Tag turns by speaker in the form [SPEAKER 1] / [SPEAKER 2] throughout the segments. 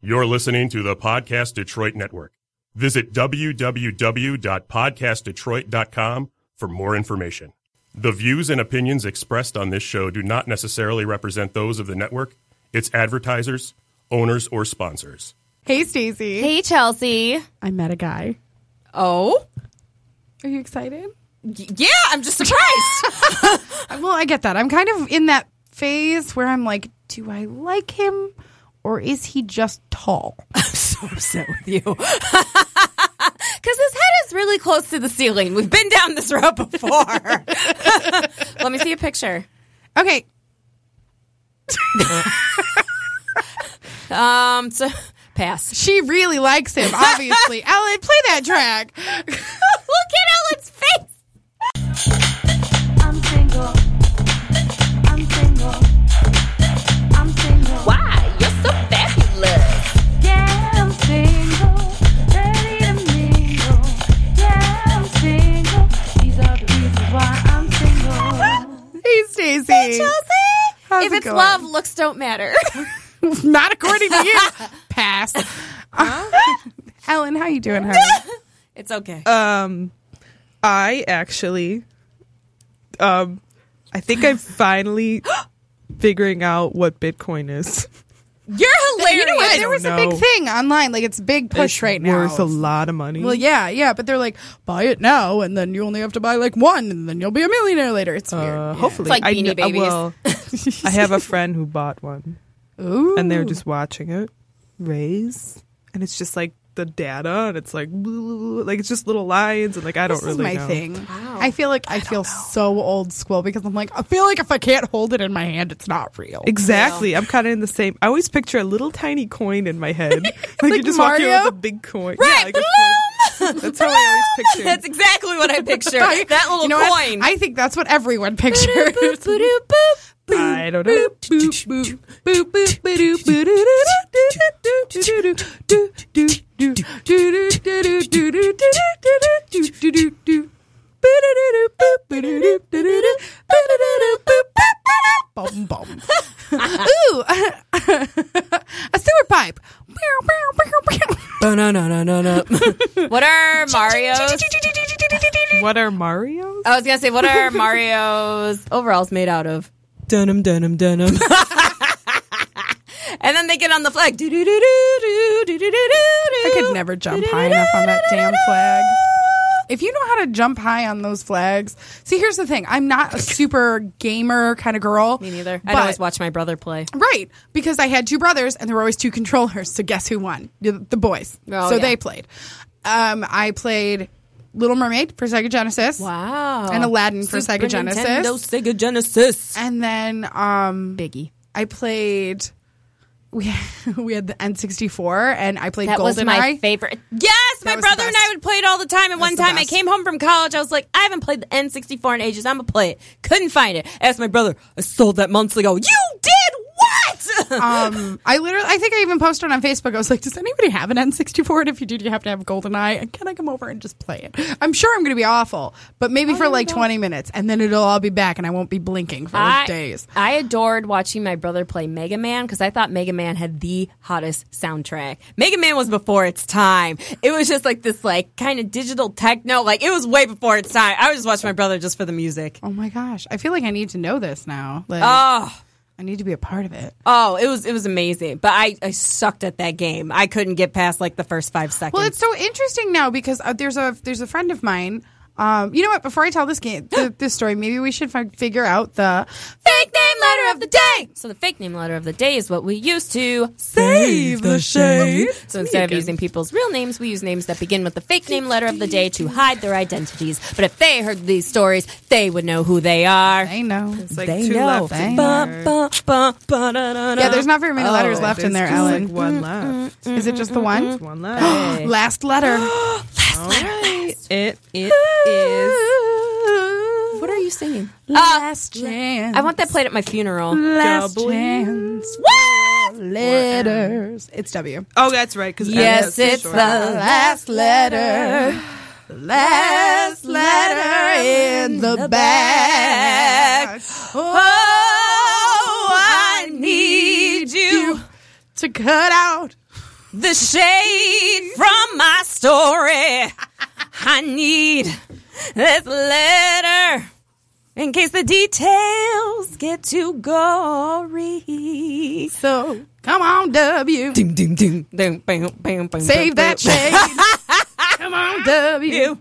[SPEAKER 1] You're listening to the Podcast Detroit Network. Visit www.podcastdetroit.com for more information. The views and opinions expressed on this show do not necessarily represent those of the network, its advertisers, owners, or sponsors.
[SPEAKER 2] Hey, Stacy.
[SPEAKER 3] Hey, Chelsea.
[SPEAKER 2] I met a guy.
[SPEAKER 3] Oh?
[SPEAKER 2] Are you excited?
[SPEAKER 3] Yeah, I'm just surprised.
[SPEAKER 2] Well, I get that. I'm kind of in that phase where I'm like, do I like him or is he just tall?
[SPEAKER 3] upset with you. Because his head is really close to the ceiling. We've been down this road before. Let me see a picture.
[SPEAKER 2] Okay.
[SPEAKER 3] Um, so pass.
[SPEAKER 2] She really likes him, obviously. Ellen, play that track.
[SPEAKER 3] Look at Ellen's face.
[SPEAKER 4] I'm single. I'm single. I'm single.
[SPEAKER 3] Why? You're so fabulous.
[SPEAKER 4] Yeah, I'm single. Ready to mingle. Yeah, I'm single. These are the reasons why I'm single.
[SPEAKER 2] hey, Stacy.
[SPEAKER 3] Chelsea?
[SPEAKER 2] How's
[SPEAKER 3] if
[SPEAKER 2] it
[SPEAKER 3] it's
[SPEAKER 2] going?
[SPEAKER 3] love, looks don't matter.
[SPEAKER 2] Not according to you. Pass. Ellen, how you doing, honey?
[SPEAKER 3] it's okay.
[SPEAKER 5] Um, I actually, um, I think I'm finally figuring out what Bitcoin is.
[SPEAKER 3] You're hilarious.
[SPEAKER 2] You know what? There was a big
[SPEAKER 5] know.
[SPEAKER 2] thing online. Like, it's a big push
[SPEAKER 5] It's
[SPEAKER 2] right now.
[SPEAKER 5] worth a lot of money.
[SPEAKER 2] Well, yeah, yeah, but they're like, buy it now, and then you only have to buy like one, and then you'll be a millionaire later. It's
[SPEAKER 5] uh,
[SPEAKER 2] weird.
[SPEAKER 5] hopefully,
[SPEAKER 3] It's like
[SPEAKER 5] I
[SPEAKER 3] Beanie
[SPEAKER 5] kn- I
[SPEAKER 3] Babies.
[SPEAKER 5] will- I have a friend who bought one,
[SPEAKER 2] Ooh.
[SPEAKER 5] and they're just watching it raise, and it's just like the data, and it's like like it's just little lines, and like I don't
[SPEAKER 2] This is
[SPEAKER 5] really
[SPEAKER 2] my
[SPEAKER 5] know.
[SPEAKER 2] thing. I feel like I, feel so old school because I'm like, I feel like if I can't hold it in my hand, it's not real.
[SPEAKER 5] Exactly. I'm kind of in the same. I always picture a little tiny coin in my head. like, you're just walking
[SPEAKER 2] Mario?
[SPEAKER 5] around with a big coin.
[SPEAKER 3] Right,
[SPEAKER 5] Yeah, like a float. That's how I always picture.
[SPEAKER 3] That's exactly what I picture.
[SPEAKER 2] I-
[SPEAKER 3] that little
[SPEAKER 2] you know what?
[SPEAKER 3] coin.
[SPEAKER 2] I think that's what everyone pictures.
[SPEAKER 5] I don't know.
[SPEAKER 2] Bum, bum. Ooh, a sewer pipe.
[SPEAKER 3] no, no, no, no, no. what are Mario's?
[SPEAKER 5] What are Mario's?
[SPEAKER 3] I was gonna say, what are Mario's overalls made out of?
[SPEAKER 5] Denim, denim, denim.
[SPEAKER 3] And then they get on the flag. I
[SPEAKER 2] I could never jump high enough on that damn flag. If you know how to jump high on those flags, see, here's the thing. I'm not a super gamer kind of girl.
[SPEAKER 3] Me neither.
[SPEAKER 2] but-
[SPEAKER 3] I'd always watch my brother play.
[SPEAKER 2] Right, because I had two brothers and there were always two controllers. So guess who won? The the boys.
[SPEAKER 3] Oh,
[SPEAKER 2] so
[SPEAKER 3] yeah.
[SPEAKER 2] they played. Um, I played Little Mermaid for Sega Genesis.
[SPEAKER 3] Wow.
[SPEAKER 2] And Aladdin for Sega Genesis.
[SPEAKER 3] Sega Genesis.
[SPEAKER 2] And then um,
[SPEAKER 3] Biggie.
[SPEAKER 2] I played. We we had the N64 and I played
[SPEAKER 3] That was my
[SPEAKER 2] GoldenEye.
[SPEAKER 3] favorite. Yes, my
[SPEAKER 2] was the
[SPEAKER 3] brother and I
[SPEAKER 2] best.
[SPEAKER 3] would play it all the time. And one
[SPEAKER 2] was the
[SPEAKER 3] time I
[SPEAKER 2] best.
[SPEAKER 3] came home from college, I was like, I haven't played the N64 in ages. I'm going to play it. Couldn't find it. Asked my brother, I sold that months ago. You did what?
[SPEAKER 2] um, I literally, I think I even posted on Facebook. I was like, "Does anybody have an N64? And if you do, do you have to have GoldenEye? And can I come over and just play it? I'm sure I'm going to be awful, but maybe for like 20 minutes, and then it'll all be back, and I won't be blinking for like, days.
[SPEAKER 3] I adored watching my brother play Mega Man because I thought Mega Man had the hottest soundtrack. Mega Man was before its time. It was just like this, like kind of digital techno. Like it was way before its time. I would just watch my brother just for the music.
[SPEAKER 2] Oh my gosh, I feel like I need to know this now. Like,
[SPEAKER 3] Oh,
[SPEAKER 2] I need to be a part of it.
[SPEAKER 5] Um,
[SPEAKER 3] oh, it was it was amazing. But I, I sucked at that game. I couldn't get past like the first five seconds.
[SPEAKER 2] Well, it's so interesting now because uh, there's a there's a friend of mine. Um, you know what? Before I tell this game th- this story, maybe we should fi- figure out the
[SPEAKER 3] fake name letter of the day. So the fake name letter of the day is what we used to
[SPEAKER 5] Save the shade.
[SPEAKER 3] So instead of using people's real names, we use names that begin with the fake name letter of the day to hide their identities. But if they heard these stories, they would know who they are.
[SPEAKER 2] I know.
[SPEAKER 5] It's like
[SPEAKER 3] They
[SPEAKER 5] two
[SPEAKER 3] know.
[SPEAKER 5] left. and
[SPEAKER 3] Ba,
[SPEAKER 5] there.
[SPEAKER 3] ba, ba, ba, da, da, da.
[SPEAKER 2] Yeah, there's not very many letters
[SPEAKER 3] Oh,
[SPEAKER 2] left in
[SPEAKER 5] There's
[SPEAKER 2] there,
[SPEAKER 5] just,
[SPEAKER 2] Ellen. Mm-hmm.
[SPEAKER 5] Like one left.
[SPEAKER 2] Is it just the one?
[SPEAKER 5] One left.
[SPEAKER 2] Last letter.
[SPEAKER 5] All right. It it is.
[SPEAKER 3] What are you singing?
[SPEAKER 2] Last chance.
[SPEAKER 3] Uh, I want that played at my funeral.
[SPEAKER 2] last
[SPEAKER 5] double E,
[SPEAKER 2] chance. Letters. It's W.
[SPEAKER 5] Oh, that's right. Because
[SPEAKER 3] Yes, it's the
[SPEAKER 2] Last letter. Last letter in the bag.
[SPEAKER 3] Oh, I Oh, need you.
[SPEAKER 2] To cut out
[SPEAKER 3] the shade from my story. I need this letter in case the details get too gory.
[SPEAKER 2] So come on, W.
[SPEAKER 3] Ding, ding, ding, ding, bam, bam, bam,
[SPEAKER 2] Save
[SPEAKER 3] bam,
[SPEAKER 2] that shade. come on, W.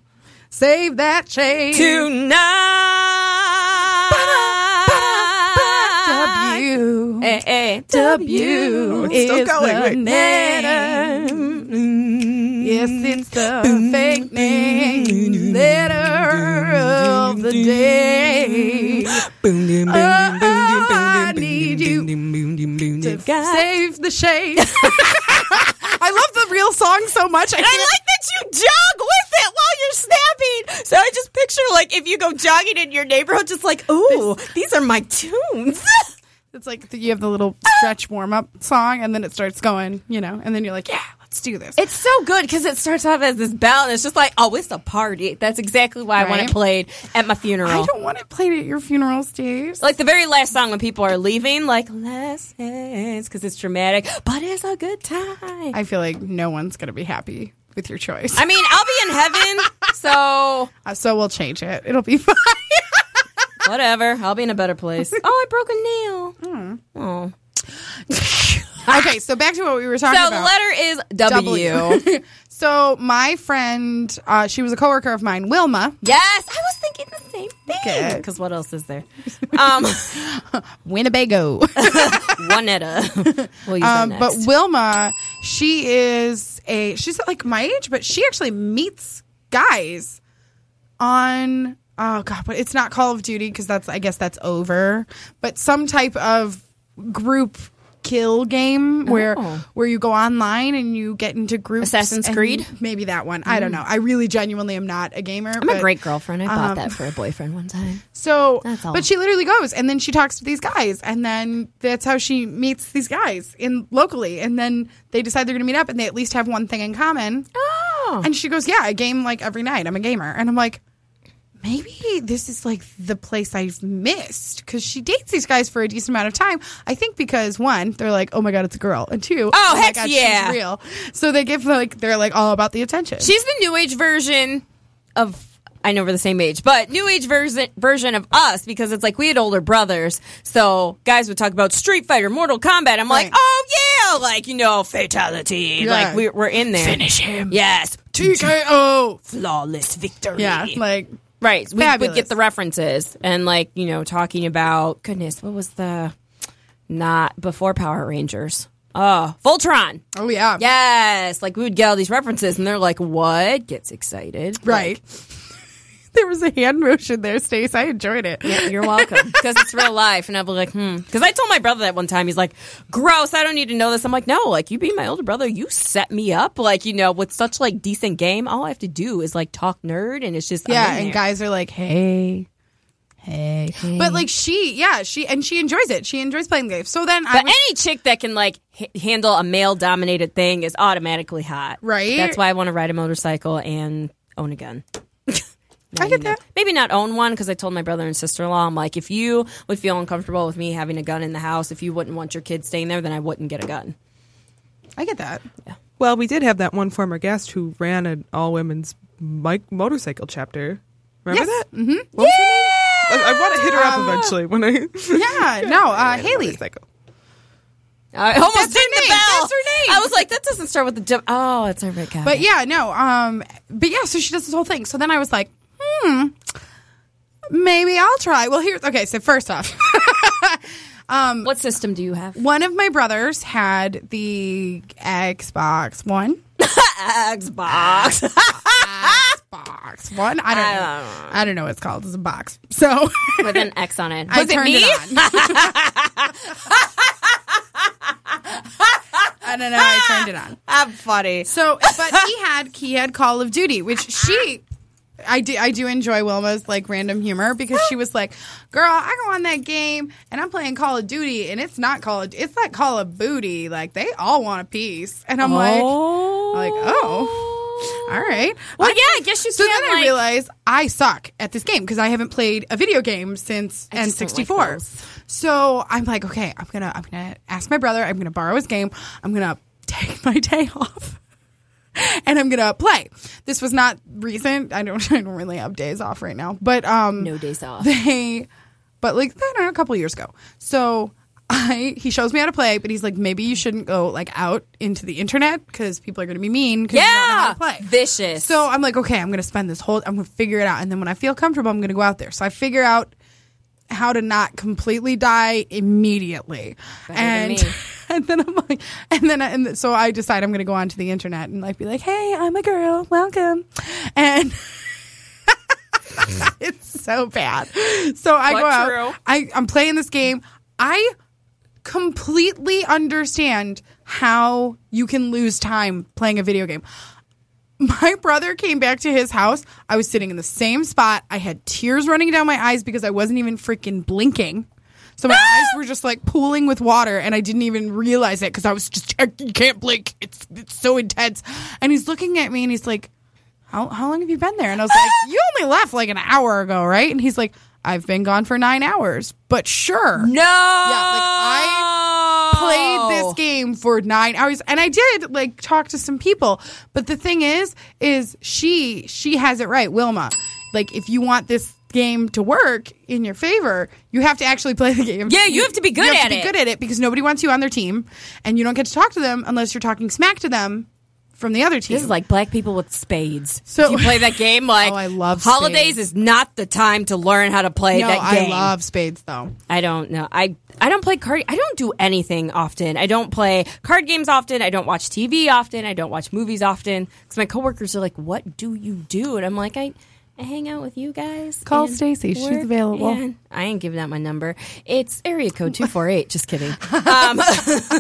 [SPEAKER 2] Save that shade.
[SPEAKER 3] tonight.
[SPEAKER 2] W.
[SPEAKER 3] Eh, eh.
[SPEAKER 2] W
[SPEAKER 5] it's still
[SPEAKER 2] is
[SPEAKER 5] going.
[SPEAKER 2] the
[SPEAKER 5] Wait.
[SPEAKER 2] name. Yes, it's the fake name. Letter of the day.
[SPEAKER 3] Boom,
[SPEAKER 2] Oh, I need you to save the shade. I love the real song so much. I
[SPEAKER 3] And I
[SPEAKER 2] can't.
[SPEAKER 3] like that you jog with it while you're snapping. So I just picture like if you go jogging in your neighborhood, just like, ooh, these are my tunes.
[SPEAKER 2] It's like the, you have the little stretch warm up song, and then it starts going, you know, and then you're like, yeah, let's do this.
[SPEAKER 3] It's so good because it starts off as this bell, and it's just like, oh, it's a party. That's exactly why I want
[SPEAKER 2] Right.
[SPEAKER 3] it played at my funeral.
[SPEAKER 2] I don't want it played at your funeral, Steve.
[SPEAKER 3] like the very last song when people are leaving, like last dance because it's dramatic, but it's a good time. I,
[SPEAKER 2] I feel like no one's going to be happy with your choice.
[SPEAKER 3] mean, I'll be in heaven, so
[SPEAKER 2] Uh, so we'll change it. It'll be fine.
[SPEAKER 3] whatever. I'll be in a better place. Oh, I broke a nail. Oh.
[SPEAKER 2] okay, so back to what we were talking
[SPEAKER 3] So the
[SPEAKER 2] about.
[SPEAKER 3] letter is W.
[SPEAKER 2] so my friend, uh, she was a coworker of mine, Wilma.
[SPEAKER 3] yes, I was thinking the same thing.
[SPEAKER 2] Okay.
[SPEAKER 3] Because what else is there? Um,
[SPEAKER 2] Winnebago.
[SPEAKER 3] Juanetta. We'll use
[SPEAKER 2] Um,
[SPEAKER 3] that
[SPEAKER 2] but
[SPEAKER 3] next.
[SPEAKER 2] Wilma, she is a she's like my age, but she actually meets guys on oh god, but it's not Call of Duty because that's I guess that's over, but some type of group kill game where
[SPEAKER 3] Oh.
[SPEAKER 2] where you go online and you get into groups.
[SPEAKER 3] Assassin's
[SPEAKER 2] and
[SPEAKER 3] Creed? Mm-hmm.
[SPEAKER 2] maybe that one. I don't know. I really genuinely am not a gamer.
[SPEAKER 3] I'm a great girlfriend. I bought
[SPEAKER 2] um,
[SPEAKER 3] that for a boyfriend one time.
[SPEAKER 2] So,
[SPEAKER 3] That's all.
[SPEAKER 2] but she literally goes and then she talks to these guys, and then that's how she meets these guys in locally, and then they decide they're going to meet up, and they at least have one thing in common.
[SPEAKER 3] Oh.
[SPEAKER 2] And she goes, "Yeah, I game like every night. I'm a gamer," and I'm like. Maybe this is like the place I've missed because she dates these guys for a decent amount of time. I think because one, they're like, "Oh my god, it's a girl," and two, oh, my
[SPEAKER 3] heck
[SPEAKER 2] God,
[SPEAKER 3] yeah.
[SPEAKER 2] she's real. So they give like they're like all about the attention.
[SPEAKER 3] She's the new age version of I know we're the same age, but new age version version of us because it's like we had older brothers, so guys would talk about Street Fighter, Mortal Kombat. I'm like,
[SPEAKER 2] Right.
[SPEAKER 3] oh yeah, like you know, fatality.
[SPEAKER 2] Yeah.
[SPEAKER 3] Like we're we're in there. Finish him. Yes,
[SPEAKER 2] TKO,
[SPEAKER 3] flawless victory.
[SPEAKER 2] oh, yeah, like
[SPEAKER 3] right. We would
[SPEAKER 2] Fabulous.
[SPEAKER 3] get the references and like you know talking about goodness, what was the not before Power Rangers? Oh, Voltron.
[SPEAKER 2] oh yeah,
[SPEAKER 3] Yes, like we would get all these references, and they're like, "What?" Gets excited,
[SPEAKER 2] Right. there was a hand motion there, Stace. I enjoyed it.
[SPEAKER 3] Like, You're welcome because it's real life, and I'd be like, "Hmm." Because I told my brother that one time. He's like, "Gross! I don't need to know this." I'm like, "No, like you being my older brother, you set me up. Like you know, with such like decent game, all I have to do is like talk nerd, and it's just I'm
[SPEAKER 2] Yeah,
[SPEAKER 3] in
[SPEAKER 2] and
[SPEAKER 3] there.
[SPEAKER 2] guys are like, hey. Hey. But like she, yeah, she and she enjoys it. She enjoys playing the game. So then I
[SPEAKER 3] But
[SPEAKER 2] was,
[SPEAKER 3] any chick that can like h- handle a male dominated thing is automatically hot,
[SPEAKER 2] Right?
[SPEAKER 3] That's why I want to ride a motorcycle and own a gun.
[SPEAKER 2] I get that.
[SPEAKER 3] uh, maybe not own one because I told my brother and sister in law, I'm like, if you would feel uncomfortable with me having a gun in the house, if you wouldn't want your kids staying there, then I wouldn't get a gun.
[SPEAKER 2] I get that.
[SPEAKER 5] Well, we did have that one former guest who ran an all women's bike motorcycle chapter. Remember
[SPEAKER 2] Yes. Um,
[SPEAKER 5] that? Mm-hmm. yeah! I, I want to hit her up eventually when I.
[SPEAKER 2] Yeah, no, uh, Haley.
[SPEAKER 5] Motorcycle.
[SPEAKER 3] I almost
[SPEAKER 2] That's her
[SPEAKER 3] dinged the
[SPEAKER 2] name.
[SPEAKER 3] bell.
[SPEAKER 2] That's her name.
[SPEAKER 3] I was like, that doesn't start with the jump. Oh, it's all right, guy.
[SPEAKER 2] But yeah, no, um but yeah, so she does this whole thing. So then I was like, hmm, maybe I'll try. Well here's okay, so first off,
[SPEAKER 3] what system do you have?
[SPEAKER 2] one of my brothers had the Xbox One.
[SPEAKER 3] Xbox.
[SPEAKER 2] Box one. I don't know. I don't know what it's called. It's a box. So
[SPEAKER 3] with an X on it.
[SPEAKER 2] I
[SPEAKER 3] Was it
[SPEAKER 2] turned
[SPEAKER 3] me?
[SPEAKER 2] it on. I don't know. I turned it on.
[SPEAKER 3] I'm funny.
[SPEAKER 2] So, but he had he had Call of Duty, which she. I do, I do enjoy Wilma's like random humor because she was like, "Girl, I go on that game and I'm playing Call of Duty and it's not Call of it's like Call of Booty like they all want a piece and I'm like,
[SPEAKER 3] oh.
[SPEAKER 2] like, oh. all right,
[SPEAKER 3] Well,
[SPEAKER 2] I-
[SPEAKER 3] yeah, I guess you
[SPEAKER 2] so
[SPEAKER 3] can.
[SPEAKER 2] then
[SPEAKER 3] like,
[SPEAKER 2] I realized I suck at this game because I haven't played a video game since
[SPEAKER 3] I just don't like
[SPEAKER 2] N64.
[SPEAKER 3] those.
[SPEAKER 2] so I'm like, okay, I'm gonna I'm gonna ask my brother. I'm gonna borrow his game. I'm gonna take my day off and I'm gonna play. This was not recent. I don't I don't really have days off right now. But um
[SPEAKER 3] No days off.
[SPEAKER 2] they but like I don't know, a couple of years ago. So I he shows me how to play, but he's like, maybe you shouldn't go like out into the internet because people are gonna be mean because you don't know how
[SPEAKER 3] Yeah,
[SPEAKER 2] to play.
[SPEAKER 3] vicious.
[SPEAKER 2] So I'm like, okay, I'm gonna spend this whole I'm gonna figure it out. And then when I feel comfortable, I'm gonna go out there. So I figure out how to not completely die immediately.
[SPEAKER 3] Better than
[SPEAKER 2] and
[SPEAKER 3] me.
[SPEAKER 2] and then I'm like and then I, and so I decide I'm gonna go onto the internet and like be like, hey, I'm a girl, welcome. And it's so bad. So I
[SPEAKER 5] But
[SPEAKER 2] go out.
[SPEAKER 5] true.
[SPEAKER 2] I, I'm playing this game. I completely understand how you can lose time playing a video game. My brother came back to his house. I was sitting in the same spot. I had tears running down my eyes because I wasn't even freaking blinking. So my eyes were just like pooling with water, and I didn't even realize it because I was just I, you can't blink. It's it's so intense. And he's looking at me, and he's like, "How how long have you been there?" And I was like, "You only left like an hour ago, right?" And he's like, "I've been gone for nine hours, but sure."
[SPEAKER 3] No. Yeah, like
[SPEAKER 2] I played this game for nine hours and i did like talk to some people but the thing is is she she has it right wilma like if you want this game to work in your favor you have to actually play the game
[SPEAKER 3] Yeah, you have to be good
[SPEAKER 2] you have
[SPEAKER 3] at
[SPEAKER 2] to be
[SPEAKER 3] it.
[SPEAKER 2] good at it because nobody wants you on their team and you don't get to talk to them unless you're talking smack to them from the other team
[SPEAKER 3] This is like black people with spades.
[SPEAKER 2] So-
[SPEAKER 3] So you play that game like
[SPEAKER 2] Oh, I love
[SPEAKER 3] holidays
[SPEAKER 2] spades.
[SPEAKER 3] is not the time to learn how to play
[SPEAKER 2] no
[SPEAKER 3] that game.
[SPEAKER 2] i love spades though
[SPEAKER 3] I don't know. I I don't play card. I don't do anything often. I don't play card games often. I don't watch TV often. I don't watch movies often because my coworkers are like, "What do you do?" And I'm like, "I." I hang out with you guys.
[SPEAKER 2] Call
[SPEAKER 3] and
[SPEAKER 2] Stacy. She's
[SPEAKER 3] work,
[SPEAKER 2] available.
[SPEAKER 3] and- I ain't giving out my number. It's area code 248. Just kidding. Um,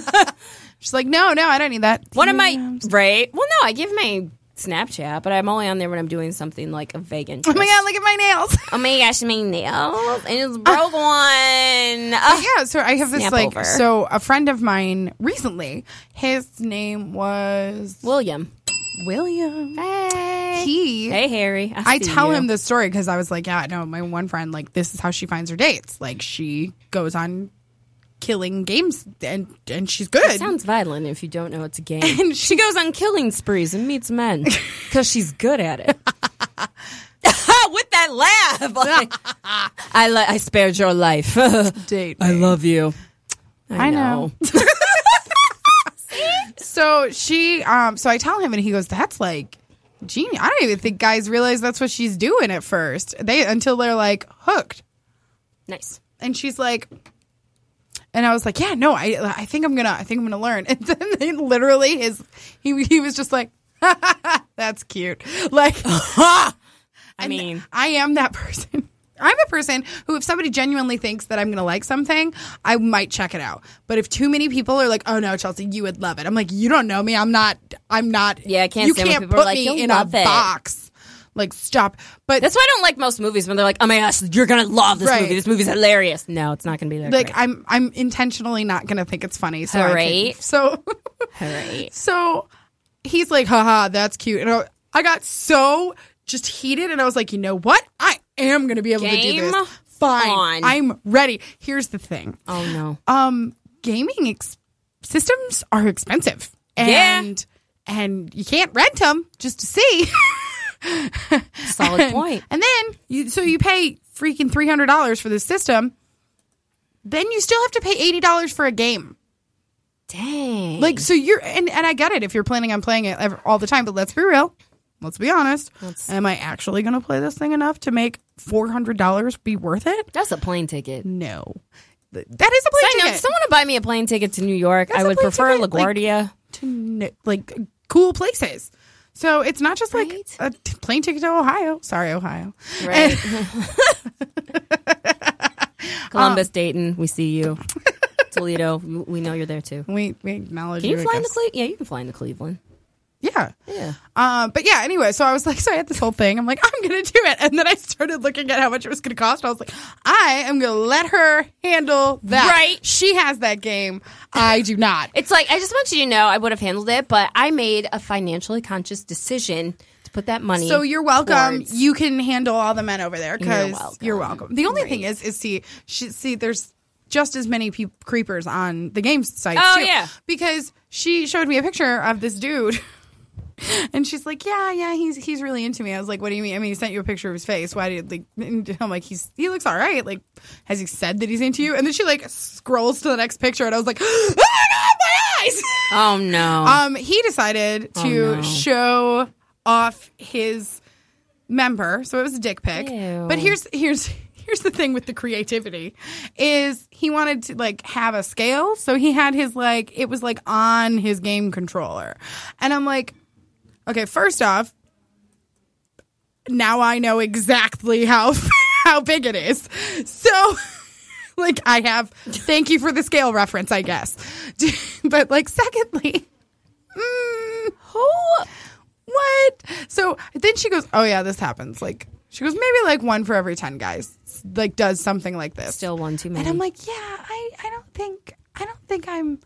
[SPEAKER 2] she's like no no i don't need that
[SPEAKER 3] One of my
[SPEAKER 2] DMs.
[SPEAKER 3] right? Well, no, I give my Snapchat, but I'm only on there when I'm doing something like a vegan.
[SPEAKER 2] oh my god look at my nails
[SPEAKER 3] Oh my gosh, my nails and it's broke one. Ugh.
[SPEAKER 2] yeah, so I have this
[SPEAKER 3] Snap
[SPEAKER 2] like
[SPEAKER 3] over.
[SPEAKER 2] so a friend of mine recently, his name was
[SPEAKER 3] William,
[SPEAKER 2] William.
[SPEAKER 3] hey,
[SPEAKER 2] He
[SPEAKER 3] hey Harry. I,
[SPEAKER 2] I
[SPEAKER 3] see
[SPEAKER 2] tell
[SPEAKER 3] you.
[SPEAKER 2] him this story because I was like, yeah, no, my one friend, like, this is how she finds her dates. Like, she goes on killing games and and she's good.
[SPEAKER 3] It sounds violent if you don't know it's a game.
[SPEAKER 2] And
[SPEAKER 3] she goes on killing sprees and meets men because she's good at it. With that laugh, like, I li- I spared your life.
[SPEAKER 2] date.
[SPEAKER 3] I love you. I,
[SPEAKER 2] I know.
[SPEAKER 3] know.
[SPEAKER 2] So she, um, so I tell him, and he goes, "That's like genius." I don't even think guys realize that's what she's doing at first. They until they're like hooked.
[SPEAKER 3] Nice.
[SPEAKER 2] and she's like and I was like, yeah, no, I, I think I'm gonna, I think I'm gonna learn. And then they literally, his, he, he was just like, that's cute. Like,
[SPEAKER 3] I mean,
[SPEAKER 2] I am that person. I'm a person who, if somebody genuinely thinks that I'm going to like something, I might check it out. But if too many people are like, "Oh no, Chelsea, you would love it," I'm like, "You don't know me. I'm not. I'm not.
[SPEAKER 3] Yeah, I can't
[SPEAKER 2] You
[SPEAKER 3] stand when
[SPEAKER 2] can't
[SPEAKER 3] people are
[SPEAKER 2] put
[SPEAKER 3] like, "You'll
[SPEAKER 2] me in a
[SPEAKER 3] love it."
[SPEAKER 2] box. Like, stop. But
[SPEAKER 3] That's why I don't like most movies when they're like, "Oh my gosh, you're gonna love this
[SPEAKER 2] Right.
[SPEAKER 3] movie. This movie's hilarious." No, it's not gonna be that
[SPEAKER 2] like,
[SPEAKER 3] great.
[SPEAKER 2] I'm, I'm intentionally not going to think it's funny. So, I can-
[SPEAKER 3] Alright.
[SPEAKER 2] so.
[SPEAKER 3] All right.
[SPEAKER 2] So he's like, haha, that's cute. And I, I got so just heated and I was like, you know what? I am going to be able to do
[SPEAKER 3] Game
[SPEAKER 2] this. Fine.
[SPEAKER 3] on.
[SPEAKER 2] I'm ready. Here's the thing
[SPEAKER 3] Oh no.
[SPEAKER 2] um, gaming ex- systems are expensive.
[SPEAKER 3] Yeah.
[SPEAKER 2] And, and you can't rent them just to see.
[SPEAKER 3] Solid
[SPEAKER 2] and,
[SPEAKER 3] point.
[SPEAKER 2] And then you so you pay freaking three hundred dollars for this system. Then you still have to pay eighty dollars for a game.
[SPEAKER 3] Dang.
[SPEAKER 2] Like so you're and, and I get it if you're planning on playing it ever, all the time, but let's be real. Let's be honest. Am I actually going to play this thing enough to make four hundred dollars be worth it?
[SPEAKER 3] that's a plane ticket.
[SPEAKER 2] No, Th- that is a plane
[SPEAKER 3] I know.
[SPEAKER 2] ticket.
[SPEAKER 3] If someone would buy me a plane ticket to New York,
[SPEAKER 2] That's
[SPEAKER 3] I
[SPEAKER 2] a
[SPEAKER 3] would
[SPEAKER 2] plane
[SPEAKER 3] prefer
[SPEAKER 2] ticket, like-
[SPEAKER 3] LaGuardia.
[SPEAKER 2] to kn- like cool places. So it's not just
[SPEAKER 3] Right?
[SPEAKER 2] like a t- plane ticket to Ohio. Sorry, Ohio.
[SPEAKER 3] right. Columbus, Dayton, we see you. Toledo, we we know you're there too.
[SPEAKER 2] We we acknowledge.
[SPEAKER 3] Can you
[SPEAKER 2] I
[SPEAKER 3] fly into
[SPEAKER 2] guess.
[SPEAKER 3] Cleveland? Yeah, you can fly into Cleveland.
[SPEAKER 2] Yeah.
[SPEAKER 3] Yeah.
[SPEAKER 2] Um, but yeah, anyway, so I was like, so I had this whole thing. I'm like, I'm gonna do it, and then I started looking at how much it was gonna cost. I was like, I am gonna let her handle that.
[SPEAKER 3] Right.
[SPEAKER 2] She has that game. I do not.
[SPEAKER 3] It's like I just want you to know I would have handled it, but I made a financially conscious decision to put that money.
[SPEAKER 2] so you're welcome.
[SPEAKER 3] towards-
[SPEAKER 2] You can handle all the men over there because
[SPEAKER 3] welcome.
[SPEAKER 2] you're welcome. The only thing is, is see, she, see, there's just as many peop creepers on the game site.
[SPEAKER 3] Oh,
[SPEAKER 2] too.
[SPEAKER 3] yeah.
[SPEAKER 2] because she showed me a picture of this dude. And she's like, "Yeah, yeah, he's he's really into me." I was like, "What do you mean? I mean, he sent you a picture of his face. Why did like?" and I'm like, "He's he looks all right. Like, has he said that he's into you?" And then she like scrolls to the next picture, and I was like, "Oh my god, my eyes!"
[SPEAKER 3] Oh no.
[SPEAKER 2] Um, he decided to
[SPEAKER 3] Oh, no.
[SPEAKER 2] show off his member, so it was a dick pic.
[SPEAKER 3] Ew.
[SPEAKER 2] But here's here's here's the thing with the creativity is he wanted to like have a scale, so he had his like it was like on his game controller, and I'm like, okay, first off, now I know exactly how how big it is. So like I have thank you for the scale reference, I guess. but like secondly, mm, who what? So then she goes, "Oh yeah, this happens." Like she goes, "Maybe like one for every 10 guys like does something like this."
[SPEAKER 3] Still one too many.
[SPEAKER 2] And I'm like, "Yeah, I I don't think I don't think I'm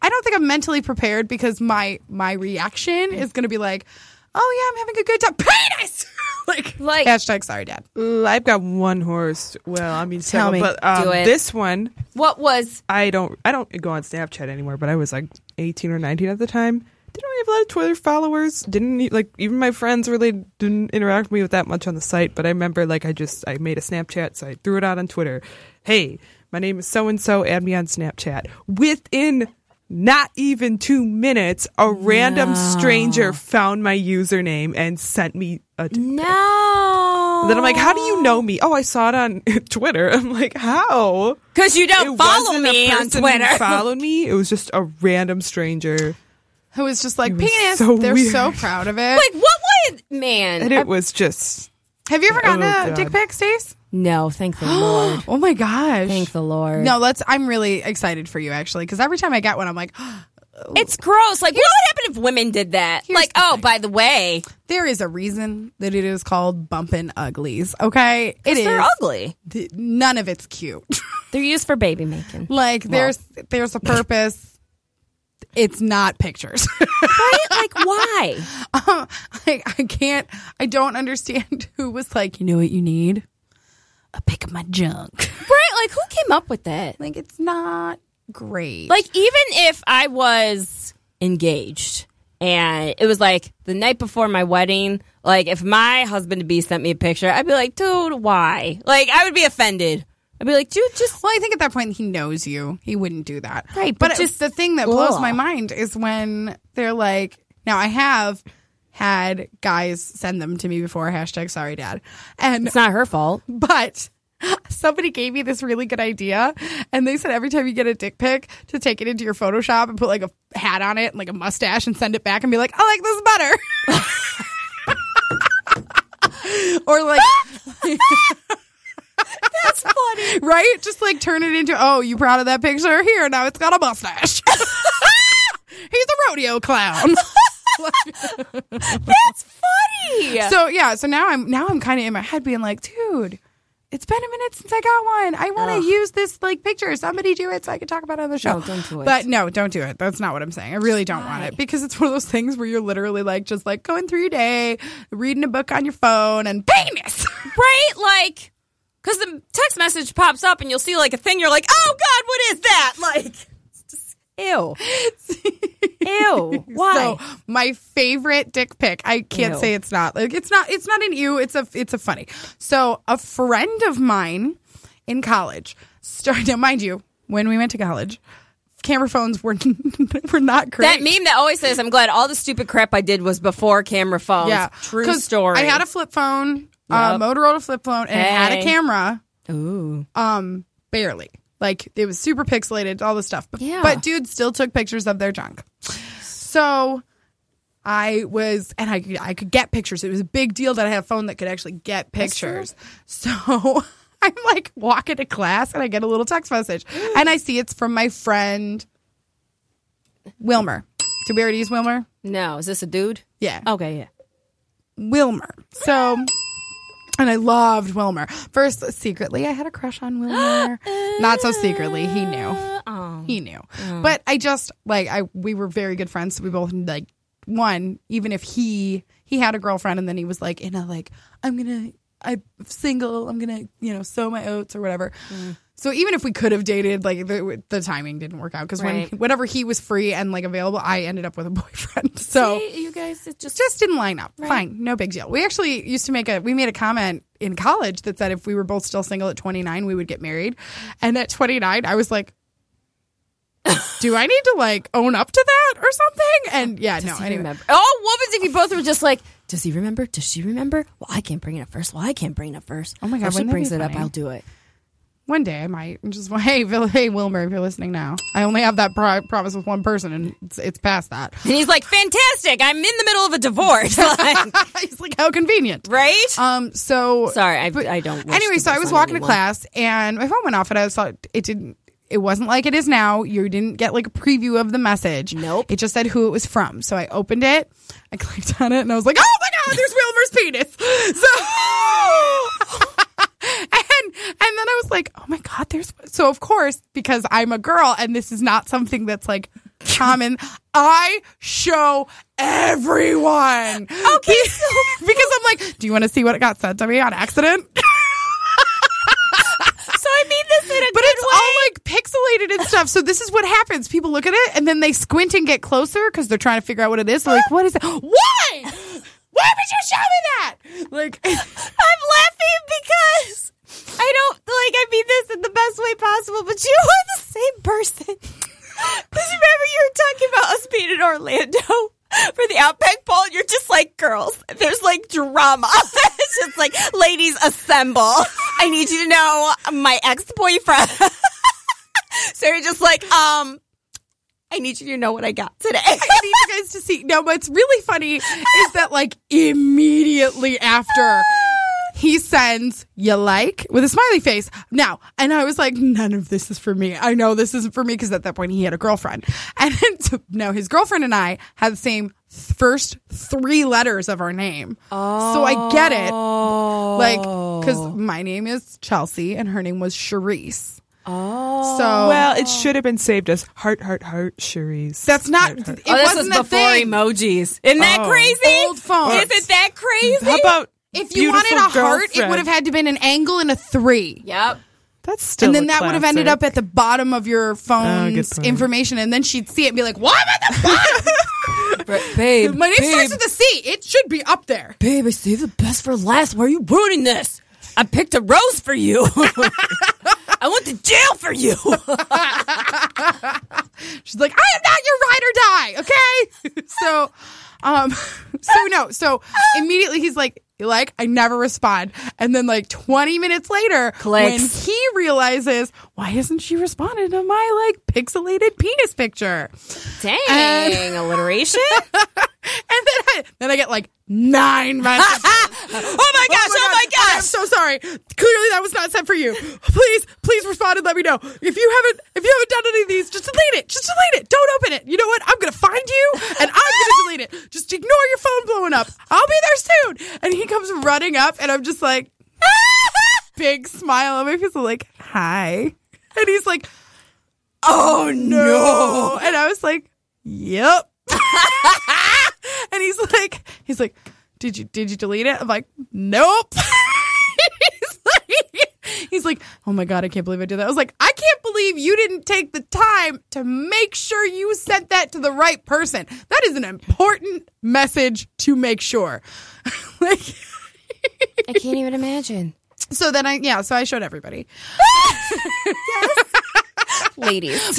[SPEAKER 2] I don't think I'm mentally prepared because my my reaction is going to be like, "Oh yeah, I'm having a good time." Penis. like,
[SPEAKER 3] Like-
[SPEAKER 2] hashtag sorry dad.
[SPEAKER 5] Ooh, I've got one horse. Well, I mean,
[SPEAKER 2] Tell
[SPEAKER 5] several,
[SPEAKER 2] me.
[SPEAKER 5] but um,
[SPEAKER 3] Do it.
[SPEAKER 5] this one,
[SPEAKER 3] what was?
[SPEAKER 5] I don't, I don't go on Snapchat anymore. But I was like 18 or 19 at the time. Didn't really have a lot of Twitter followers. Didn't e- like even my friends really didn't interact with me with that much on the site. But I remember like I just I made a Snapchat, so I threw it out on Twitter. Hey, my name is so and so. Add me on Snapchat. Within not even two minutes, a random stranger found my username and sent me a t-
[SPEAKER 3] No.
[SPEAKER 5] Then I'm like, how do you know me? Oh, I saw it on Twitter. I'm like, how?
[SPEAKER 3] Because you don't
[SPEAKER 5] It
[SPEAKER 3] follow
[SPEAKER 5] wasn't a
[SPEAKER 3] me on
[SPEAKER 5] person who
[SPEAKER 3] Twitter.
[SPEAKER 5] Followed me. It was just a random stranger,
[SPEAKER 2] Who is just like
[SPEAKER 5] was
[SPEAKER 2] penis.
[SPEAKER 5] so
[SPEAKER 2] They're
[SPEAKER 5] weird.
[SPEAKER 2] so proud of it.
[SPEAKER 3] like what would man?
[SPEAKER 5] and it was just
[SPEAKER 2] Have you ever gotten
[SPEAKER 5] Oh,
[SPEAKER 2] a
[SPEAKER 5] God.
[SPEAKER 2] dick pic, Stace?
[SPEAKER 3] no, thank the Lord.
[SPEAKER 2] Oh my gosh.
[SPEAKER 3] Thank the Lord.
[SPEAKER 2] No, let's. I'm really excited for you actually because every time I get one, I'm like, "Ah,
[SPEAKER 3] It's gross. Like, what would happen if women did that?
[SPEAKER 2] here's
[SPEAKER 3] Like,
[SPEAKER 2] the
[SPEAKER 3] oh,
[SPEAKER 2] thing.
[SPEAKER 3] by the way,
[SPEAKER 2] there is a reason that it is called bumping uglies. Okay, it is.
[SPEAKER 3] they're ugly.
[SPEAKER 2] th- none of it's cute.
[SPEAKER 3] They're used for baby making.
[SPEAKER 2] like there's there's a purpose. it's not pictures.
[SPEAKER 3] Right? Like, why?
[SPEAKER 2] um, like I can't. I don't understand who was like, you know what you need? A pick of my junk.
[SPEAKER 3] Right? Like, who came up with that?
[SPEAKER 2] like it's not great.
[SPEAKER 3] Like, even if I was engaged and it was like the night before my wedding, like, if my husband to be sent me a picture, I'd be like, dude, why? Like, I would be offended. I'd be like, dude, just.
[SPEAKER 2] Well, I think at that point he knows you. He wouldn't do that.
[SPEAKER 3] Right,
[SPEAKER 2] But,
[SPEAKER 3] but
[SPEAKER 2] it's
[SPEAKER 3] just-
[SPEAKER 2] the thing that blows
[SPEAKER 3] Ugh.
[SPEAKER 2] my mind is when they're like, now I have had guys send them to me before, hashtag sorry dad. And
[SPEAKER 3] It's not her fault.
[SPEAKER 2] but somebody gave me this really good idea and they said every time you get a dick pic to take it into your Photoshop and put like a hat on it and like a mustache and send it back and be like, I like this better. or like That's funny. Right? Just like turn it into, oh, you proud of that picture? Here, now it's got a mustache. He's a rodeo clown.
[SPEAKER 3] That's funny.
[SPEAKER 2] So yeah, so now I'm now I'm kind of in my head being like, dude, it's been a minute since I got one. I want to use this like picture. Somebody do it so I can talk about it on the show.
[SPEAKER 3] No, don't do it.
[SPEAKER 2] But no, don't do it. That's not what I'm saying. I really don't want it because it's one of those things where you're literally like just like going through your day, reading a book on your phone, and penis.
[SPEAKER 3] right? Like, because the text message pops up and you'll see like a thing. You're like, oh god, what is that? Like, it's just, ew, ew. Why?
[SPEAKER 2] So my favorite dick pic. I can't
[SPEAKER 3] Ew.
[SPEAKER 2] say it's not. Like it's not it's not an ew, it's a it's a funny. So a friend of mine in college started now mind you, when we went to college, camera phones were were not great.
[SPEAKER 3] that meme that always says, "I'm glad all the stupid crap I did was before camera phones."
[SPEAKER 2] yeah.
[SPEAKER 3] true
[SPEAKER 2] 'Cause
[SPEAKER 3] story.
[SPEAKER 2] I had a flip phone, uh,
[SPEAKER 3] Yup.
[SPEAKER 2] Motorola flip phone, and it had a
[SPEAKER 3] Hey.
[SPEAKER 2] camera.
[SPEAKER 3] ooh.
[SPEAKER 2] Um, barely. Like it was super pixelated, all this stuff. But,
[SPEAKER 3] Yeah.
[SPEAKER 2] but dude still took pictures of their junk. So I was, and I could, I could get pictures. It was a big deal that I had a phone that could actually get pictures. So I'm like walking to class and I get a little text message and I see it's from my friend Wilmer. Did we already use Wilmer?
[SPEAKER 3] No, is this a dude?
[SPEAKER 2] Yeah.
[SPEAKER 3] Okay, yeah.
[SPEAKER 2] Wilmer. So, and I loved Wilmer. First, secretly, I had a crush on Wilmer. Not so secretly, he knew. He knew. But I just like I we were very good friends. So we both like one. Even if he he had a girlfriend, and then he was like in a like I'm gonna I'm single. I'm gonna you know sow my oats or whatever. So even if we could have dated, like the, the timing didn't work out because
[SPEAKER 3] Right.
[SPEAKER 2] when whenever he was free and like available, I ended up with a boyfriend. So
[SPEAKER 3] you guys, it just,
[SPEAKER 2] just didn't line up. Fine, no big deal. We actually used to make a we made a comment in college that said if we were both still single at 29, we would get married. And at 29, I was like do I need to like own up to that or something? And yeah,
[SPEAKER 3] does
[SPEAKER 2] no,
[SPEAKER 3] he
[SPEAKER 2] anyway.
[SPEAKER 3] remember? Oh, what was if you both were just like, does he remember? Does she remember? Well, I can't bring it up first. Well, I can't bring it up first.
[SPEAKER 2] Oh my God,
[SPEAKER 3] if she
[SPEAKER 2] wouldn't that
[SPEAKER 3] brings
[SPEAKER 2] be
[SPEAKER 3] it up,
[SPEAKER 2] funny?
[SPEAKER 3] I'll do it.
[SPEAKER 2] One day I might and just hey, Vil- hey Wilmer, if you're listening now, I only have that pro- promise with one person, and it's, it's past that.
[SPEAKER 3] And he's like, fantastic. I'm in the middle of a divorce. Like,
[SPEAKER 2] He's like, how convenient,
[SPEAKER 3] right?
[SPEAKER 2] Um. So
[SPEAKER 3] Sorry, I- I don't wish
[SPEAKER 2] Anyway,
[SPEAKER 3] this
[SPEAKER 2] so I
[SPEAKER 3] on
[SPEAKER 2] was walking
[SPEAKER 3] anyone.
[SPEAKER 2] to class and my phone went off, and I saw it didn't. It wasn't like it is now. You didn't get like a preview of the message.
[SPEAKER 3] Nope.
[SPEAKER 2] It just said who it was from. So I opened it, I clicked on it, and I was like, "Oh my god, there's Wilmer's penis!" So. And, and then I was like, oh my God, there's. So, of course, because I'm a girl and this is not something that's like common, I show everyone. Okay. because I'm like, do you want to see what got sent to me on accident?
[SPEAKER 3] so I mean this in a
[SPEAKER 2] But it's all like pixelated and stuff. So this is what happens. People look at it and then they squint and get closer because they're trying to figure out what it is. They're like, what is it? Why? Why would you show me that? Like,
[SPEAKER 3] I'm laughing because I don't like I mean this in the best way possible, but you are the same person. Because remember you were talking about us being in Orlando for the Outback Bowl, and you're just like girls. There's like drama. it's just like ladies assemble. I need you to know my ex boyfriend. so you're just like, um, I need you to know what I got today.
[SPEAKER 2] I need you guys to see. No, what's really funny is that like immediately after. He sends you like with a smiley face now, and I was like, none of this is for me. I know this isn't for me because at that point he had a girlfriend, and then, so now his girlfriend and I had the same first three letters of our name. Oh, so I get it, like
[SPEAKER 3] Oh.
[SPEAKER 2] because my name is Chelsea and her name was Charisse. Oh, so
[SPEAKER 5] Well, it should have been saved as heart, heart, heart, Cherise.
[SPEAKER 2] that's not. It
[SPEAKER 3] Oh, this was
[SPEAKER 2] wasn't a
[SPEAKER 3] before
[SPEAKER 2] thing.
[SPEAKER 3] emojis. Isn't that
[SPEAKER 5] Oh.
[SPEAKER 3] crazy?
[SPEAKER 2] Old phones.
[SPEAKER 3] Isn't that crazy?
[SPEAKER 5] How about
[SPEAKER 2] If you wanted a
[SPEAKER 5] beautiful
[SPEAKER 2] heart, it
[SPEAKER 5] girlfriend?
[SPEAKER 2] would have had to been an angle and a three.
[SPEAKER 3] Yep.
[SPEAKER 5] That's still.
[SPEAKER 2] And then
[SPEAKER 5] a
[SPEAKER 2] that would have ended
[SPEAKER 5] classic. Ah,
[SPEAKER 2] up at the bottom of your
[SPEAKER 5] good
[SPEAKER 2] phone's
[SPEAKER 5] point.
[SPEAKER 2] information, and then she'd see it and be like, "Why am I at the
[SPEAKER 3] babe,
[SPEAKER 2] bottom? My name starts with a C. It should be up there."
[SPEAKER 3] babe, I saved the best for last. Why are you ruining this? I picked a rose for you. I went to jail for you.
[SPEAKER 2] She's like, "I am not your ride or die." Okay, so, um, so no, so immediately he's like. "You Like I never respond, and then like twenty minutes later,
[SPEAKER 3] Clicks.
[SPEAKER 2] when he realizes why hasn't she responded to my like pixelated penis picture,
[SPEAKER 3] Dang,
[SPEAKER 2] And-
[SPEAKER 3] alliteration.
[SPEAKER 2] And then I, then I get like nine messages.
[SPEAKER 3] oh my gosh, oh my,
[SPEAKER 2] I'm
[SPEAKER 3] gosh.
[SPEAKER 2] so sorry. Clearly that was not sent for you. Please, please respond and let me know. If you haven't if you haven't done any of these, just delete it. Just delete it. Don't open it. You know what? I'm gonna find you and I'm gonna delete it. Just ignore your phone blowing up. I'll be there soon. And he comes running up and I'm just like big smile on my face I'm like, hi. And he's like,
[SPEAKER 3] Oh no.
[SPEAKER 2] no. And I was like, yep. and he's like, he's like, did you did you delete it? I'm like, nope. he's like, he's like, oh my god, I can't believe I did that. I was like, I can't believe you didn't take the time to make sure you sent that to the right person. That is an important message to make sure. like,
[SPEAKER 3] I can't even imagine.
[SPEAKER 2] so then I yeah, so I showed everybody.
[SPEAKER 3] Ladies.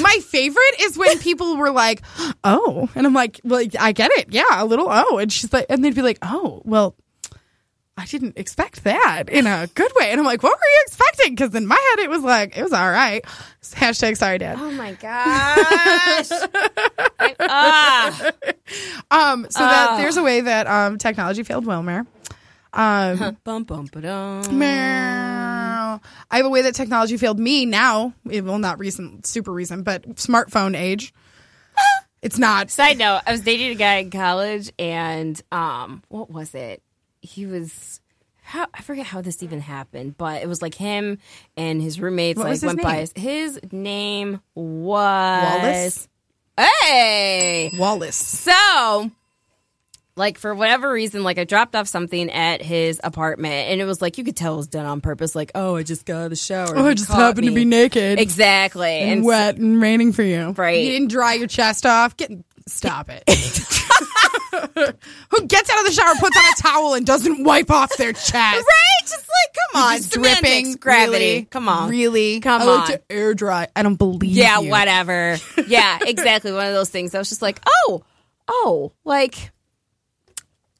[SPEAKER 2] My favorite is when people were like, "Oh," and I'm like, "Well, I get it, yeah, a little oh," and she's like, and they'd be like, "Oh, well, I didn't expect that in a good way," and I'm like, "What were you expecting?" Because in my head, it was like, it was all right. Hashtag sorry, dad.
[SPEAKER 3] Oh my gosh. I- ah.
[SPEAKER 2] Um, so that there's a way that um technology failed Wilmer. Um,
[SPEAKER 3] Bum bum ba-dum.
[SPEAKER 2] meow. I have a way that technology failed me now. It will not recent, super recent, but smartphone age. It's not.
[SPEAKER 3] Side note, I was dating a guy in college and um what was it? He was how I forget how this even happened, but it was like him and his roommates
[SPEAKER 2] What
[SPEAKER 3] like
[SPEAKER 2] was his
[SPEAKER 3] went by
[SPEAKER 2] name?
[SPEAKER 3] his, his name was
[SPEAKER 2] Wallace?
[SPEAKER 3] Hey.
[SPEAKER 2] Wallace.
[SPEAKER 3] So
[SPEAKER 6] like for whatever reason, like I dropped off something at his apartment, and it was like you could tell it was done on purpose. Like, oh, I just got out of the shower.
[SPEAKER 2] Oh, I
[SPEAKER 6] He
[SPEAKER 2] just
[SPEAKER 6] caught
[SPEAKER 2] happened to
[SPEAKER 6] me."
[SPEAKER 2] be naked.
[SPEAKER 6] Exactly,
[SPEAKER 2] and,
[SPEAKER 6] and so-
[SPEAKER 2] wet and raining for you.
[SPEAKER 6] Right.
[SPEAKER 2] You didn't dry your chest off. Get stop it. Who gets out of the shower, puts on a towel, and doesn't wipe off their chest?
[SPEAKER 6] right? Just like come on,
[SPEAKER 2] Just
[SPEAKER 6] semantics,
[SPEAKER 2] dripping
[SPEAKER 6] gravity.
[SPEAKER 2] really,
[SPEAKER 6] come on,
[SPEAKER 2] really. Oh,
[SPEAKER 6] come
[SPEAKER 2] I
[SPEAKER 6] on.
[SPEAKER 2] like to air dry. I don't believe.
[SPEAKER 6] yeah,
[SPEAKER 2] you.
[SPEAKER 6] whatever. Yeah, exactly. One of those things. I was just like, oh, oh, like,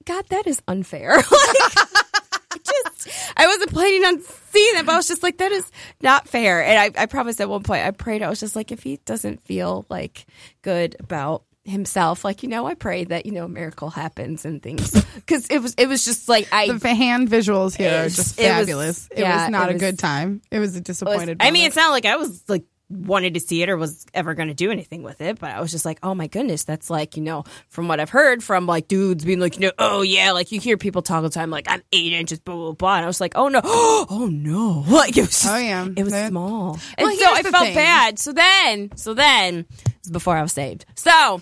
[SPEAKER 6] God, that is unfair. like, I just, I wasn't planning on seeing it, but I was just like, that is not fair. And I, I promised at one point, I prayed. I was just like, if he doesn't feel like good about himself, like you know, I pray that you know a miracle happens and things because it was, it was just like I.
[SPEAKER 2] The f- hand visuals here are
[SPEAKER 6] It's-
[SPEAKER 2] just
[SPEAKER 6] it was-
[SPEAKER 2] fabulous. It was,
[SPEAKER 6] yeah,
[SPEAKER 2] not a
[SPEAKER 6] it was-
[SPEAKER 2] good time. It was a
[SPEAKER 6] was-
[SPEAKER 2] disappointed.
[SPEAKER 6] I mean,
[SPEAKER 2] moment.
[SPEAKER 6] it's not like I was like wanted to see it or was ever going to do anything with it, but I was just like, oh my goodness, that's like you know from what I've heard from like dudes being like, you know, oh yeah, like you hear people talk all the time like I'm eight inches, blah blah blah, and I was like, oh no, oh no, like it was, just,
[SPEAKER 2] Oh, yeah.
[SPEAKER 6] it was
[SPEAKER 2] That-
[SPEAKER 6] small, and
[SPEAKER 2] Well,
[SPEAKER 6] so
[SPEAKER 2] here's
[SPEAKER 6] I
[SPEAKER 2] the
[SPEAKER 6] felt
[SPEAKER 2] thing.
[SPEAKER 6] bad. So then, so then, it was before I was saved. So.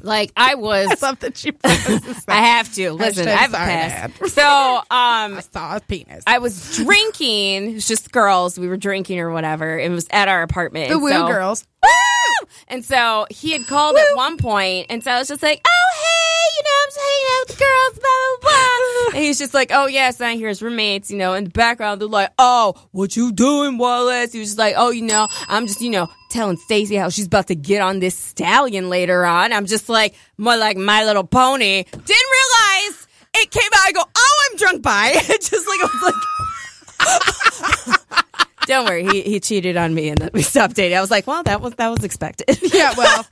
[SPEAKER 6] Like I was,
[SPEAKER 2] I love that she promises
[SPEAKER 6] I have to listen.
[SPEAKER 2] Hashtag
[SPEAKER 6] I have a
[SPEAKER 2] sorry,
[SPEAKER 6] pass. So, um,
[SPEAKER 2] saw a penis.
[SPEAKER 6] I was drinking. It was just girls. We were drinking or whatever. It was at our apartment.
[SPEAKER 2] the
[SPEAKER 6] and
[SPEAKER 2] woo
[SPEAKER 6] so-
[SPEAKER 2] girls.
[SPEAKER 6] Woo! And so he had called at one point, and so I was just like, "Oh hey, you know, I'm just hanging out with the girls, blah blah blah." and he's just like, "Oh yes," and I hear his roommates, you know, in the background. They're like, "Oh, what you doing, Wallace?" He was just like, "Oh, you know, I'm just, you know, telling Stacy how she's about to get on this stallion later on." I'm just like, more like My Little Pony. Didn't realize it came out. I go, "Oh, I'm drunk by." just like I was like. Don't worry, he, he cheated on me, and then we stopped dating. I was like, well, that was that was expected.
[SPEAKER 2] Yeah, well,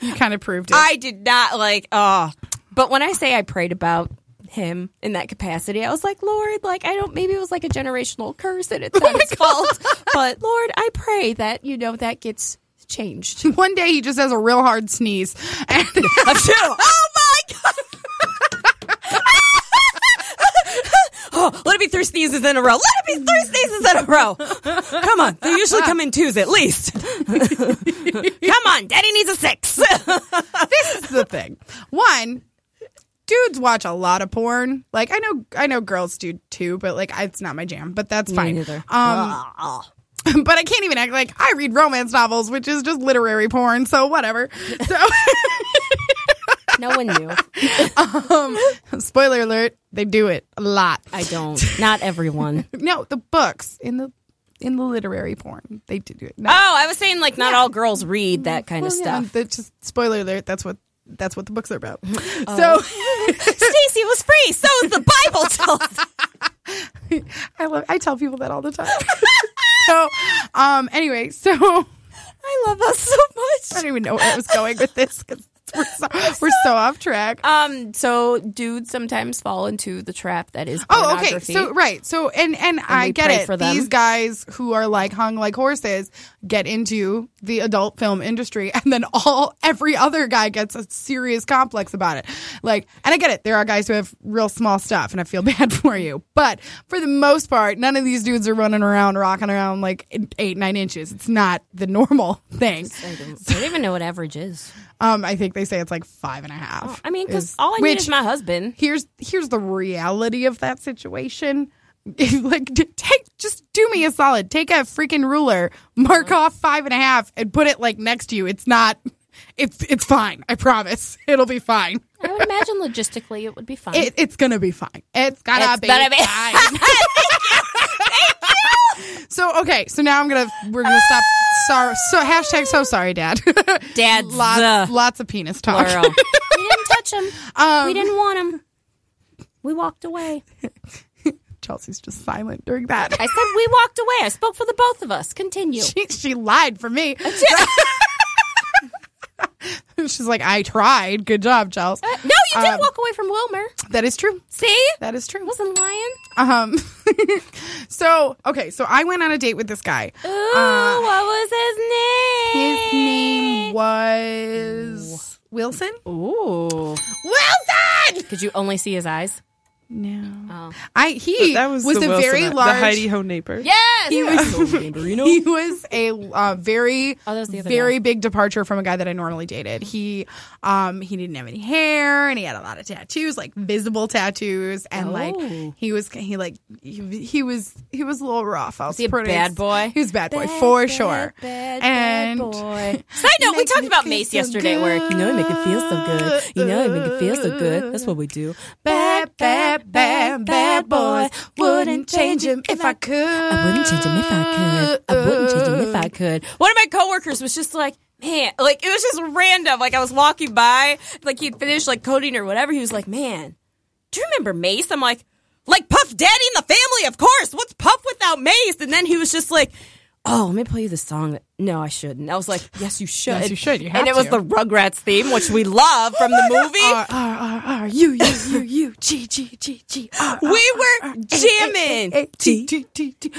[SPEAKER 2] you kind of proved it.
[SPEAKER 6] I did not like. Oh, but when I say I prayed about him in that capacity, I was like, Lord, like I don't. Maybe it was like a generational curse, and it's not his fault. But Lord, I pray that you know that gets changed.
[SPEAKER 2] one day he just has a real hard sneeze. And
[SPEAKER 6] I'm too. Oh my god. Oh, let it be three sneezes in a row. Let it be three sneezes in a row. Come on. They usually come in twos at least. come on. Daddy needs a six.
[SPEAKER 2] this is the thing. One, dudes watch a lot of porn. Like I know, I know girls do too, but like I- it's not my jam. But that's fine.
[SPEAKER 6] neither.
[SPEAKER 2] Um, but I can't even act like I read romance novels, which is just literary porn. So whatever. So.
[SPEAKER 6] no one knew.
[SPEAKER 2] um, spoiler alert, they do it a lot.
[SPEAKER 6] I don't. Not everyone.
[SPEAKER 2] No, the books in the in the literary porn, they do do it. No,
[SPEAKER 6] Oh, I was saying like not all girls read that kind
[SPEAKER 2] well,
[SPEAKER 6] of
[SPEAKER 2] yeah,
[SPEAKER 6] stuff.
[SPEAKER 2] that's just spoiler alert. That's what that's what the books are about.
[SPEAKER 6] Oh. Stacy was free. So is the Bible tells.
[SPEAKER 2] So I love. I tell people that all the time. so, um, anyway, so I
[SPEAKER 6] I love us so much.
[SPEAKER 2] don't even know where I was going with this because we're so, we're so off track.
[SPEAKER 6] Um, so dudes sometimes fall into the trap that is
[SPEAKER 2] Oh, okay.
[SPEAKER 6] pornography.
[SPEAKER 2] So right. So and and, I
[SPEAKER 6] we
[SPEAKER 2] get
[SPEAKER 6] pray
[SPEAKER 2] it.
[SPEAKER 6] for them.
[SPEAKER 2] These guys who are like hung like horses get into the adult film industry, and then all every other guy gets a serious complex about it. Like, and I get it. There are guys who have real small stuff, and I feel bad for you. But for the most part, none of these dudes are running around rocking around like eight nine inches. It's not the normal thing.
[SPEAKER 6] I don't, I don't even know what average is.
[SPEAKER 2] Um, I think they say it's like five and a half.
[SPEAKER 6] I mean, because
[SPEAKER 2] is-
[SPEAKER 6] all I need
[SPEAKER 2] which-
[SPEAKER 6] is my husband.
[SPEAKER 2] here's here's the reality of that situation. like d- take just do me a solid. Take a freaking ruler, mark off five and a half, and put it like next to you. It's not. It's it's fine. I promise. It'll be fine.
[SPEAKER 6] I would imagine logistically it would be fine.
[SPEAKER 2] It, it's gonna be fine. It's gotta
[SPEAKER 6] It's
[SPEAKER 2] be
[SPEAKER 6] gonna be-
[SPEAKER 2] fine. so okay. So now I'm gonna we're gonna stop. Sorry. So hashtag so sorry, Dad.
[SPEAKER 6] Dad's
[SPEAKER 2] lots lots of penis talk.
[SPEAKER 6] plural. we didn't touch him.
[SPEAKER 2] Um,
[SPEAKER 6] we didn't want him. We walked away.
[SPEAKER 2] Chelsea's just silent during that.
[SPEAKER 6] I said we walked away. I spoke for the both of us. Continue.
[SPEAKER 2] she, she lied for me. She's like, I tried. Good job, Chels.
[SPEAKER 6] Uh, no, you did
[SPEAKER 2] Um,
[SPEAKER 6] walk away from Wilmer.
[SPEAKER 2] That is true.
[SPEAKER 6] See?
[SPEAKER 2] That is true.
[SPEAKER 6] Wasn't lying.
[SPEAKER 2] Um, so okay, so I went on a date with this guy.
[SPEAKER 6] Ooh,
[SPEAKER 3] uh,
[SPEAKER 6] what was his
[SPEAKER 2] His
[SPEAKER 6] name?
[SPEAKER 2] name was Wilson.
[SPEAKER 6] Ooh.
[SPEAKER 2] Wilson.
[SPEAKER 6] Could you only see his eyes?
[SPEAKER 2] No.
[SPEAKER 3] Oh.
[SPEAKER 2] I he
[SPEAKER 5] That
[SPEAKER 2] was,
[SPEAKER 5] was,
[SPEAKER 2] the,
[SPEAKER 5] Wilson
[SPEAKER 2] very
[SPEAKER 5] act,
[SPEAKER 2] large
[SPEAKER 5] the Heidi Ho neighbor.
[SPEAKER 3] Yes.
[SPEAKER 2] He was- He was a uh, very,
[SPEAKER 3] Oh, that was the other
[SPEAKER 2] very
[SPEAKER 3] guy.
[SPEAKER 2] big departure from a guy that I normally dated. He, um, he didn't have any hair, and he had a lot of tattoos, like visible tattoos, and
[SPEAKER 3] Oh.
[SPEAKER 2] like he was, he like he, he was, he was a little rough. I was,
[SPEAKER 3] he a
[SPEAKER 2] pretty-
[SPEAKER 3] bad boy?
[SPEAKER 2] He was a bad boy
[SPEAKER 3] Bad,
[SPEAKER 2] for
[SPEAKER 3] bad,
[SPEAKER 2] sure.
[SPEAKER 3] bad, bad
[SPEAKER 2] and
[SPEAKER 3] boy. Side note, we
[SPEAKER 2] Make
[SPEAKER 3] talked
[SPEAKER 2] me
[SPEAKER 3] about
[SPEAKER 2] feel
[SPEAKER 3] Mace
[SPEAKER 2] so
[SPEAKER 3] yesterday at work. You know, I make it feel so good. You know, I make it feel so good.
[SPEAKER 2] good.
[SPEAKER 3] That's what we do.
[SPEAKER 2] bad, bad, bad, bad boy. Wouldn't change him if I could. Uh,
[SPEAKER 3] I wouldn't change him if I could. I wouldn't change him if I could. One of my coworkers was just like, man, like it was just random. Like I was walking by, like he'd finished like coding or whatever. He was like, man, do you remember Mace? I'm like, like Puff Daddy in the family, of course. What's Puff without Mace? And then he was just like, oh, let me play you the song. that- No, I shouldn't. I was like, yes, you should.
[SPEAKER 2] Yes, you should. You have
[SPEAKER 3] and it was
[SPEAKER 2] to. Uh,
[SPEAKER 3] the Rugrats theme, which we love from the movie.
[SPEAKER 2] R R R R U U U U G G G G R.
[SPEAKER 3] we
[SPEAKER 2] uh,
[SPEAKER 3] were jamming.
[SPEAKER 2] T T T T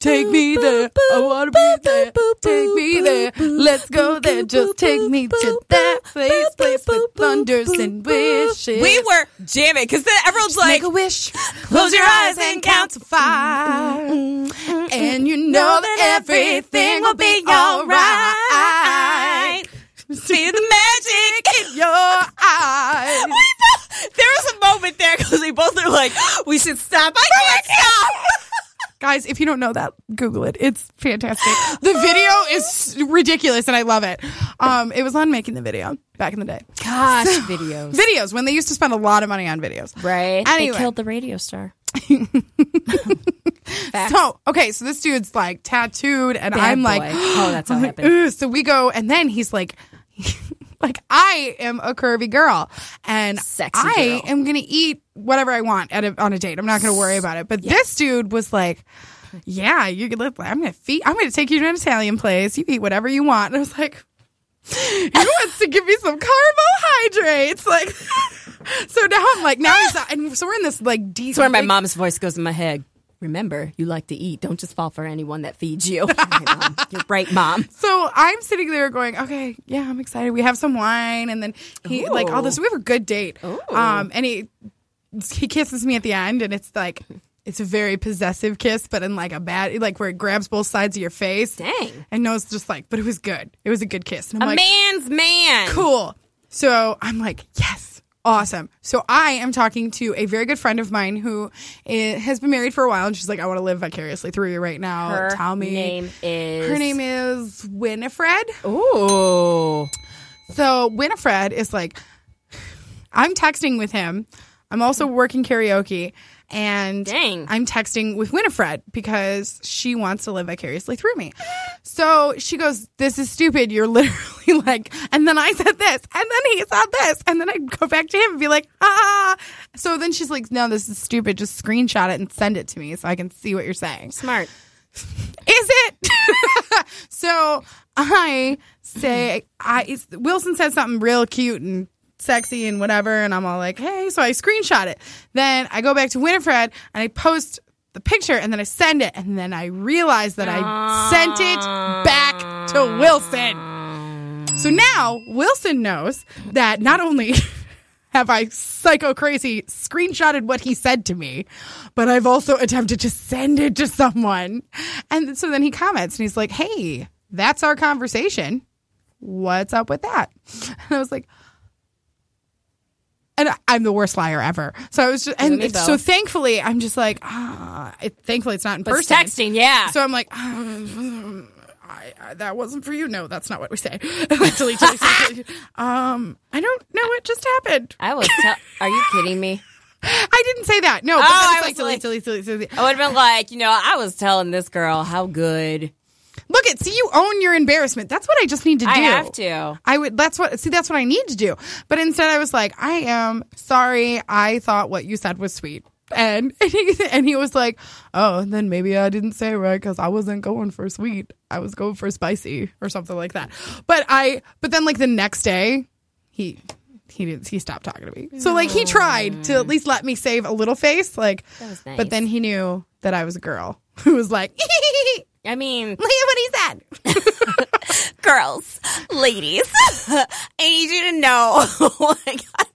[SPEAKER 2] Take me there. I wanna be there. Take me there. Let's go there. Just take me to that place, place with thunders and wishes.
[SPEAKER 3] We were jamming because then everyone's like,
[SPEAKER 2] Make a wish. Close your eyes and count to five.
[SPEAKER 3] Mm-hmm.
[SPEAKER 2] And you know that everything will be alright.
[SPEAKER 3] See the magic in
[SPEAKER 2] Your eyes.
[SPEAKER 3] we both, There was a moment there because we both were like, we should stop. I can't stop.
[SPEAKER 2] Guys, if you don't know that, Google it. It's fantastic. The video is ridiculous and I love it. Um, it was on making the video back in the day.
[SPEAKER 3] Gosh, videos.
[SPEAKER 2] Videos, when they used to spend a lot of money on videos.
[SPEAKER 3] Right?
[SPEAKER 2] Anyway.
[SPEAKER 3] They killed the radio star.
[SPEAKER 2] So, okay, so this dude's like tattooed and
[SPEAKER 3] Bad
[SPEAKER 2] I'm like,
[SPEAKER 3] boy. Oh, that's how it
[SPEAKER 2] I'm like,
[SPEAKER 3] happened.
[SPEAKER 2] "Ugh." so we go and then he's like, like I am a curvy girl and
[SPEAKER 3] Sexy
[SPEAKER 2] I
[SPEAKER 3] girl.
[SPEAKER 2] am going to eat whatever I want at a, on a date. I'm not going to worry about it. But this dude was like, yeah, you could live. I'm going to feed, I'm going to take you to an Italian place. You eat whatever you want. And I was like, he wants to give me some carbohydrates. Like, so now I'm like, now he's, and so we're in this like deep.
[SPEAKER 3] It's where my mom's voice goes in my head. Remember, you like to eat. Don't just fall for anyone that feeds you. Right, Mom. You're right, mom.
[SPEAKER 2] So I'm sitting there going, okay, yeah, I'm excited. We have some wine, and then he like all this. We have a good date. Um, and he he kisses me at the end, and it's like it's a very possessive kiss, but in like a bad like where it grabs both sides of your face.
[SPEAKER 3] Dang.
[SPEAKER 2] And no, it's just like, but it was good. It was a good kiss. And I'm
[SPEAKER 3] a
[SPEAKER 2] like,
[SPEAKER 3] man's man.
[SPEAKER 2] cool. So I'm like, yes, awesome. So I am talking to a very good friend of mine who i has been married for a while, and she's like, I want to live vicariously through you right now.
[SPEAKER 3] Her
[SPEAKER 2] Tell me.
[SPEAKER 3] name is.
[SPEAKER 2] Her name is Winifred.
[SPEAKER 3] Ooh.
[SPEAKER 2] So Winifred is like, I'm texting with him. I'm also working karaoke. And
[SPEAKER 3] Dang.
[SPEAKER 2] I'm texting with Winifred because she wants to live vicariously through me. So she goes, This is stupid. You're literally like, and then I said this, and then he said this, and then I'd go back to him and be like, Ah. So then she's like, No, this is stupid. Just screenshot it and send it to me so I can see what you're saying.
[SPEAKER 3] Smart.
[SPEAKER 2] Is it? so I say, I it's- Wilson said something real cute and sexy and whatever, and I'm all like, hey. So I screenshot it. Then I go back to Winifred and I post the picture, and then I send it, and then I realize that I sent it back to Wilson. So now Wilson knows that not only. Have I psycho crazy screenshotted what he said to me? But I've also attempted to send it to someone. And so then he comments and he's like, Hey, that's our conversation. What's up with that? And I was like, and I- I'm the worst liar ever. So I was just,
[SPEAKER 3] me
[SPEAKER 2] and so
[SPEAKER 3] both.
[SPEAKER 2] thankfully, I'm just like, ah, it, thankfully it's not in
[SPEAKER 3] But it's
[SPEAKER 2] person.
[SPEAKER 3] texting, yeah.
[SPEAKER 2] So I'm like, um, I, I, that wasn't for you. No, that's not what we say. Like, delete, delete, delete, delete. Um, I don't know what just happened.
[SPEAKER 3] I was. Tell- Are you kidding me?
[SPEAKER 2] I didn't say that. No, but
[SPEAKER 3] Oh,
[SPEAKER 2] then it's
[SPEAKER 3] I
[SPEAKER 2] like,
[SPEAKER 3] was
[SPEAKER 2] delete, delete,
[SPEAKER 3] like-
[SPEAKER 2] delete, delete.
[SPEAKER 3] I would have been like, you know, I was telling this girl how good
[SPEAKER 2] Look at see, you own your embarrassment. That's what I just need to do.
[SPEAKER 3] I have to.
[SPEAKER 2] I would. That's what. See, that's what I need to do. But instead, I was like, I am sorry. I thought what you said was sweet. And and he, and he was like, oh, then maybe I didn't say it right because I wasn't going for sweet. I was going for spicy or something like that. But I. But then like the next day, he. He didn't. He stopped talking to me. So like he tried to at least let me save a little face. Like,
[SPEAKER 3] was nice.
[SPEAKER 2] but then he knew that I was a girl who was like, look
[SPEAKER 3] I mean,
[SPEAKER 2] at what he said.
[SPEAKER 3] girls, ladies, I need you to know. oh my God.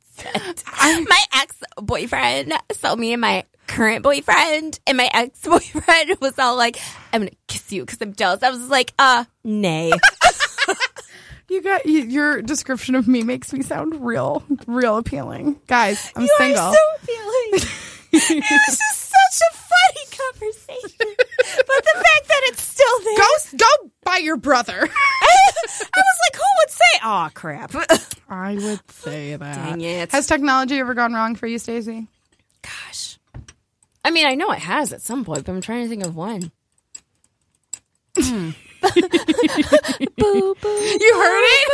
[SPEAKER 6] boyfriend. my ex boyfriend. So me and my current boyfriend and my ex boyfriend was all like, "I'm gonna kiss you because I'm jealous." I was like, "Uh, nay."
[SPEAKER 2] You got you, your description of me makes me sound real, real appealing, guys. I'm
[SPEAKER 6] you
[SPEAKER 2] single.
[SPEAKER 6] are so appealing. it was just such a funny conversation, but the fact that it's still there.
[SPEAKER 2] go go by your brother.
[SPEAKER 6] I was like, who would say, "Oh crap"?
[SPEAKER 2] I would say that.
[SPEAKER 6] Dang it.
[SPEAKER 2] Has technology ever gone wrong for you, Stacey?
[SPEAKER 6] Gosh, I mean, I know it has at some point, but I'm trying to think of one.
[SPEAKER 2] You heard it?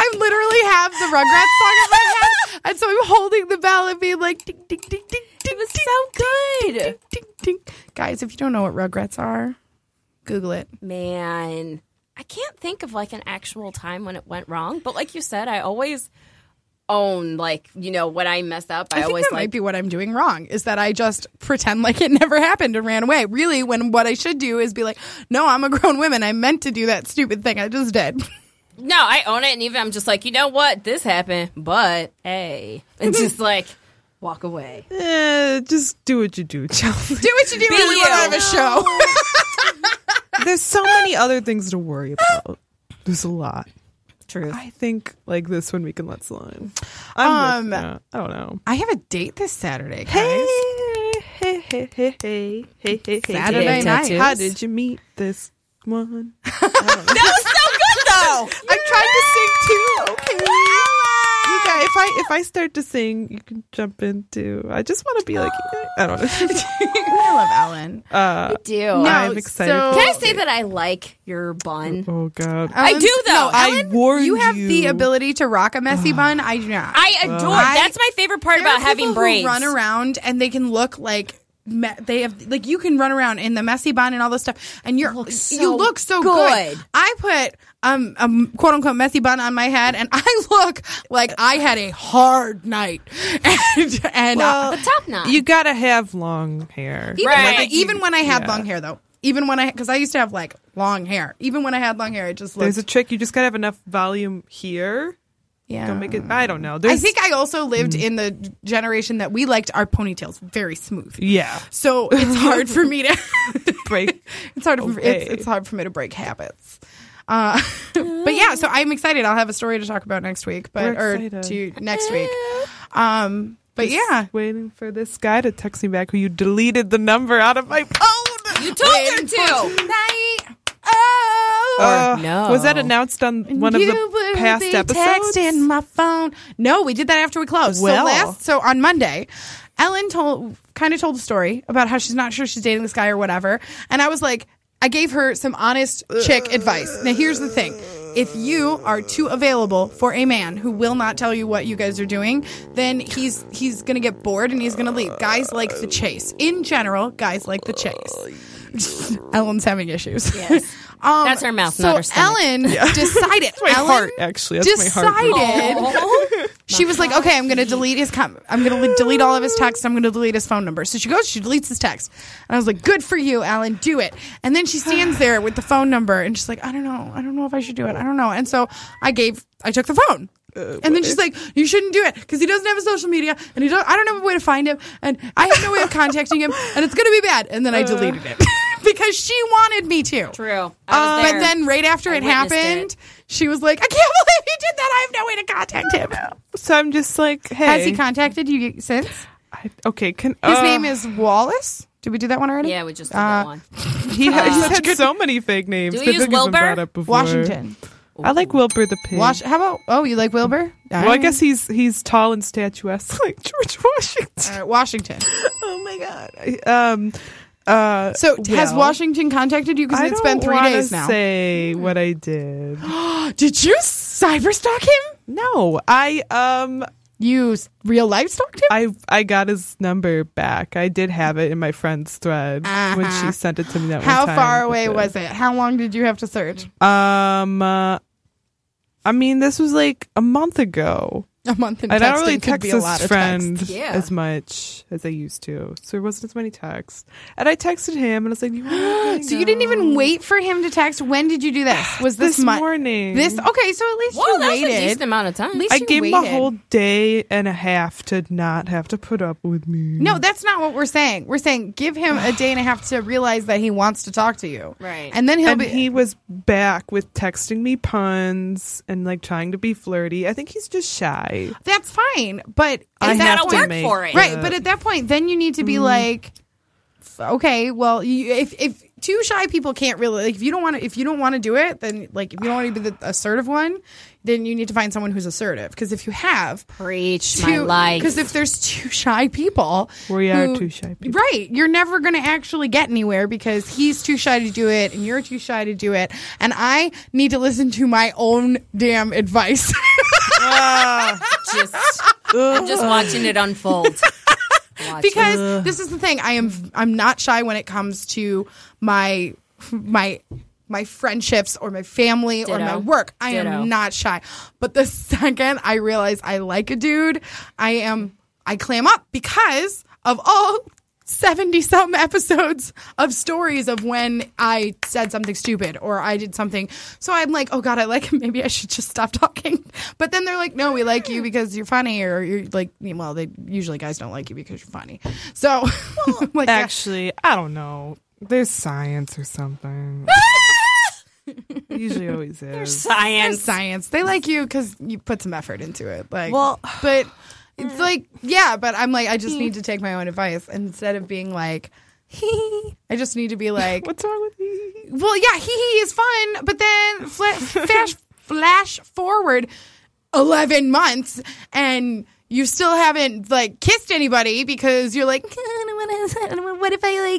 [SPEAKER 2] I literally have the Rugrats song in my head, and so I'm holding the bell and being like, ding, ding, ding, ding, ding,
[SPEAKER 6] It was so good.
[SPEAKER 2] ding, ding. Guys, if you don't know what Rugrats are, Google it.
[SPEAKER 6] man i can't think of like an actual time when it went wrong but like you said i always own like you know when i mess up i,
[SPEAKER 2] I, think
[SPEAKER 6] always
[SPEAKER 2] that might
[SPEAKER 6] like
[SPEAKER 2] be what I'm doing wrong is that I just pretend like it never happened and ran away. Really, when what I should do is be like, no, I'm a grown woman. I meant to do that stupid thing. I just did.
[SPEAKER 6] no i own it and even i'm just like you know what this happened but hey and just like walk away
[SPEAKER 5] Eh, just do what you do, Chelsea.
[SPEAKER 2] Do what you do when we
[SPEAKER 6] you.
[SPEAKER 2] run out of a show.
[SPEAKER 5] There's so many other things to worry about. There's a lot.
[SPEAKER 6] truth
[SPEAKER 5] I think like this one we can let slide. I'm
[SPEAKER 2] Um,
[SPEAKER 5] with that. I don't know.
[SPEAKER 2] I have a date this Saturday, guys.
[SPEAKER 5] Hey, hey, hey, hey, hey, hey, hey.
[SPEAKER 2] Saturday
[SPEAKER 6] Date
[SPEAKER 2] night.
[SPEAKER 6] tattoos.
[SPEAKER 5] How did you meet this one?
[SPEAKER 6] so good though
[SPEAKER 5] I'm trying to sing too. Okay. You guys, if I if I start to sing, you can jump in too. I just want to be like I don't know.
[SPEAKER 2] I love Ellen.
[SPEAKER 5] Uh,
[SPEAKER 6] do
[SPEAKER 5] I'm excited.
[SPEAKER 2] so-
[SPEAKER 5] for
[SPEAKER 6] Oh, can i say that i like your bun
[SPEAKER 5] Oh God.
[SPEAKER 6] I do, though.
[SPEAKER 2] No,
[SPEAKER 5] I
[SPEAKER 2] Ellen,
[SPEAKER 5] warned
[SPEAKER 2] you have the
[SPEAKER 5] you.
[SPEAKER 2] ability to rock a messy bun. I do not.
[SPEAKER 6] i adore
[SPEAKER 2] Uh, I-
[SPEAKER 6] that's my favorite part
[SPEAKER 2] There are
[SPEAKER 6] about having
[SPEAKER 2] people who
[SPEAKER 6] braids
[SPEAKER 2] run around and they can look like me- they have like you can run around in the messy bun and all this stuff, and you're you
[SPEAKER 6] so
[SPEAKER 2] look so good.
[SPEAKER 6] good.
[SPEAKER 2] I put um a m- quote unquote messy bun on my head, and I look like I had a hard night. And, and uh,
[SPEAKER 6] a top knot
[SPEAKER 5] You gotta have long hair.
[SPEAKER 2] even,
[SPEAKER 6] Right.
[SPEAKER 2] when, I- even when I had
[SPEAKER 5] Yeah.
[SPEAKER 2] long hair, though, even when I because I used to have like long hair, even when I had long hair, it just looked
[SPEAKER 5] There's a trick. You just gotta have enough volume here.
[SPEAKER 2] yeah.
[SPEAKER 5] Don't make it. Mm. I don't know.
[SPEAKER 2] I
[SPEAKER 5] There's,
[SPEAKER 2] think I also lived in the generation that we liked our ponytails very smooth.
[SPEAKER 5] Yeah.
[SPEAKER 2] So it's hard for me to
[SPEAKER 5] Break.
[SPEAKER 2] It's hard. For,
[SPEAKER 5] Okay.
[SPEAKER 2] it's, it's hard for me to break habits. Uh, but yeah, so I'm excited. I'll have a story to talk about next week, but
[SPEAKER 5] We're
[SPEAKER 2] or
[SPEAKER 5] excited.
[SPEAKER 2] to next week. Um, but yeah,
[SPEAKER 5] Waiting for this guy to text me back. Who you deleted the number out of my phone?
[SPEAKER 6] you told her
[SPEAKER 2] Waiting for
[SPEAKER 6] to
[SPEAKER 2] tonight. Oh,
[SPEAKER 5] Uh,
[SPEAKER 6] no.
[SPEAKER 5] Was that announced on one of
[SPEAKER 2] you
[SPEAKER 5] the
[SPEAKER 2] will
[SPEAKER 5] past
[SPEAKER 2] be
[SPEAKER 5] episodes?
[SPEAKER 2] Texting my phone. No, we did that after we closed. so
[SPEAKER 5] Well.
[SPEAKER 2] last, so on Monday, Ellen told kind of told a story about how she's not sure she's dating this guy or whatever, and I was like, I gave her some honest chick advice. Now here's the thing. If you are too available for a man who will not tell you what you guys are doing, then he's he's gonna get bored and he's gonna leave. Guys like the chase. In general, guys like the chase. Ellen's having issues. Yes. um,
[SPEAKER 6] That's her mouth,
[SPEAKER 2] so
[SPEAKER 6] not her stomach.
[SPEAKER 2] Ellen decided.
[SPEAKER 5] my
[SPEAKER 2] Ellen
[SPEAKER 5] heart, actually. That's my
[SPEAKER 2] decided.
[SPEAKER 5] heart.
[SPEAKER 2] She was like, "Okay, I'm going to delete his com- I'm going to delete all of his texts. I'm going to delete his phone number." So she goes, she deletes his text, and I was like, "Good for you, Alan. Do it." And then she stands there with the phone number, and she's like, "I don't know. I don't know if I should do it. I don't know." And so I gave, I took the phone.
[SPEAKER 6] Oh,
[SPEAKER 2] and then she's like, "You shouldn't do it because he doesn't have a social media, and he don't. I don't have a way to find him, and I have no way of contacting him, and it's gonna be bad." And then I deleted it because she wanted me to.
[SPEAKER 6] Uh.
[SPEAKER 2] Um,
[SPEAKER 6] True. I was
[SPEAKER 2] But
[SPEAKER 6] there.
[SPEAKER 2] then, right after
[SPEAKER 6] I
[SPEAKER 2] it
[SPEAKER 6] witnessed
[SPEAKER 2] happened,
[SPEAKER 6] it.
[SPEAKER 2] she was like, "I can't believe he did that. I have no way to contact him."
[SPEAKER 5] So I'm just like, hey.
[SPEAKER 2] Has he contacted you since?
[SPEAKER 5] I, okay, can
[SPEAKER 2] His
[SPEAKER 5] uh,
[SPEAKER 2] name is Wallace. Did we do that one already?
[SPEAKER 6] yeah, we just did
[SPEAKER 2] Uh,
[SPEAKER 6] that one.
[SPEAKER 5] He has, he's had so many fake names.
[SPEAKER 6] Do we
[SPEAKER 5] that
[SPEAKER 6] use
[SPEAKER 5] they've been
[SPEAKER 6] Wilbur?
[SPEAKER 5] brought up before.
[SPEAKER 2] Washington.
[SPEAKER 5] I like Wilbur the pig.
[SPEAKER 2] Wash. How about? Oh, you like Wilbur?
[SPEAKER 5] well, I guess he's he's tall and statuesque like George Washington.
[SPEAKER 2] All right, Washington.
[SPEAKER 5] Oh my god. I- Um. Uh.
[SPEAKER 2] So has
[SPEAKER 5] well,
[SPEAKER 2] Washington contacted you? Because
[SPEAKER 5] I
[SPEAKER 2] it's been
[SPEAKER 5] don't
[SPEAKER 2] three
[SPEAKER 5] wanna
[SPEAKER 2] days now.
[SPEAKER 5] Say what I did.
[SPEAKER 2] Did you cyberstalk him?
[SPEAKER 5] No, I um.
[SPEAKER 2] You s- real life stalked him?
[SPEAKER 5] I I got his number back. I did have it in my friend's thread when
[SPEAKER 2] Uh-huh.
[SPEAKER 5] she sent it to me. That
[SPEAKER 2] How
[SPEAKER 5] one time
[SPEAKER 2] far away
[SPEAKER 5] But,
[SPEAKER 2] was it? How long did you have to search?
[SPEAKER 5] uh, Um, uh, I mean, this was like a month ago.
[SPEAKER 2] A month in
[SPEAKER 5] I
[SPEAKER 2] texting
[SPEAKER 5] don't really
[SPEAKER 2] could
[SPEAKER 5] text
[SPEAKER 2] be a lot
[SPEAKER 5] this
[SPEAKER 2] of
[SPEAKER 5] friend
[SPEAKER 2] texts.
[SPEAKER 3] Yeah.
[SPEAKER 5] as much as I used to, so there wasn't as many texts. And I texted him, and I was like, "You wanna hang
[SPEAKER 2] So you didn't even
[SPEAKER 5] out?"
[SPEAKER 2] wait for him to text. When did you do this? Was this,
[SPEAKER 5] this
[SPEAKER 2] mon-
[SPEAKER 5] morning.
[SPEAKER 2] This okay? So at least
[SPEAKER 3] Whoa,
[SPEAKER 2] you
[SPEAKER 3] that was a
[SPEAKER 2] waited.
[SPEAKER 3] decent amount of time.
[SPEAKER 2] At least
[SPEAKER 5] I
[SPEAKER 2] you
[SPEAKER 5] gave him a
[SPEAKER 2] waited.
[SPEAKER 5] whole day and a half to not have to put up with me.
[SPEAKER 2] No, that's not what we're saying. We're saying give him a day and a half to realize that he wants to talk to you.
[SPEAKER 3] Right.
[SPEAKER 2] And then he'll
[SPEAKER 5] and
[SPEAKER 2] be.
[SPEAKER 5] he was back with texting me puns and like trying to be flirty. I think he's just shy.
[SPEAKER 2] that's fine. But
[SPEAKER 5] I
[SPEAKER 2] at that
[SPEAKER 5] have to
[SPEAKER 2] point-
[SPEAKER 5] make Mm.
[SPEAKER 3] for it.
[SPEAKER 2] Right.
[SPEAKER 5] that-
[SPEAKER 2] But at that point, then you need to be like, f- okay, well, you, if, if two shy people can't really, like, if you don't want to, if you don't want to do it, then like, if you don't want to be the assertive one, then you need to find someone who's assertive. Cause if you have
[SPEAKER 3] Preach my
[SPEAKER 2] two,
[SPEAKER 3] life.
[SPEAKER 2] because if there's two shy people,
[SPEAKER 5] We are two shy people.
[SPEAKER 2] Right. You're never going to actually get anywhere because he's too shy to do it and you're too shy to do it. And I need to listen to my own damn advice.
[SPEAKER 3] just, I'm just watching it unfold. Watching.
[SPEAKER 2] because this is the thing. I am I'm not shy when it comes to my my my friendships or my family or
[SPEAKER 3] Ditto.
[SPEAKER 2] my work. I
[SPEAKER 3] Ditto.
[SPEAKER 2] am not shy. But the second I realize I like a dude, I am I clam up because of all 70 some episodes of stories of when I said something stupid or I did something. So I'm like, oh God, I like him. Maybe I should just stop talking. But then they're like, no, we like you because you're funny or you're like, well, they usually guys don't like you because you're funny. So I'm like, yeah.
[SPEAKER 5] Actually, I don't know. There's science or something. It usually always is.
[SPEAKER 2] There's
[SPEAKER 3] science.
[SPEAKER 2] science. They like you because you put some effort into it. Like,
[SPEAKER 3] Well-
[SPEAKER 2] but it's like, yeah. But I'm like, I just need to take my own advice instead of being like, I just need to be like,
[SPEAKER 5] What's wrong with me?
[SPEAKER 2] well, yeah, hee hee is fun. But then fla- flash flash forward eleven months and. You still haven't like kissed anybody because you're like, "I don't wanna- I don't wanna- what if I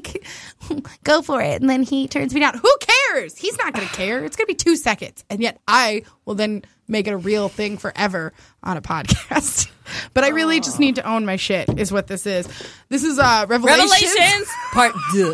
[SPEAKER 2] like go for it and then he turns me down? Who cares? He's not gonna care. It's gonna be two seconds, and yet I will then make it a real thing forever on a podcast. but I really just need to own my shit. Is what this is. This is uh, Revelations
[SPEAKER 3] Revelations part two.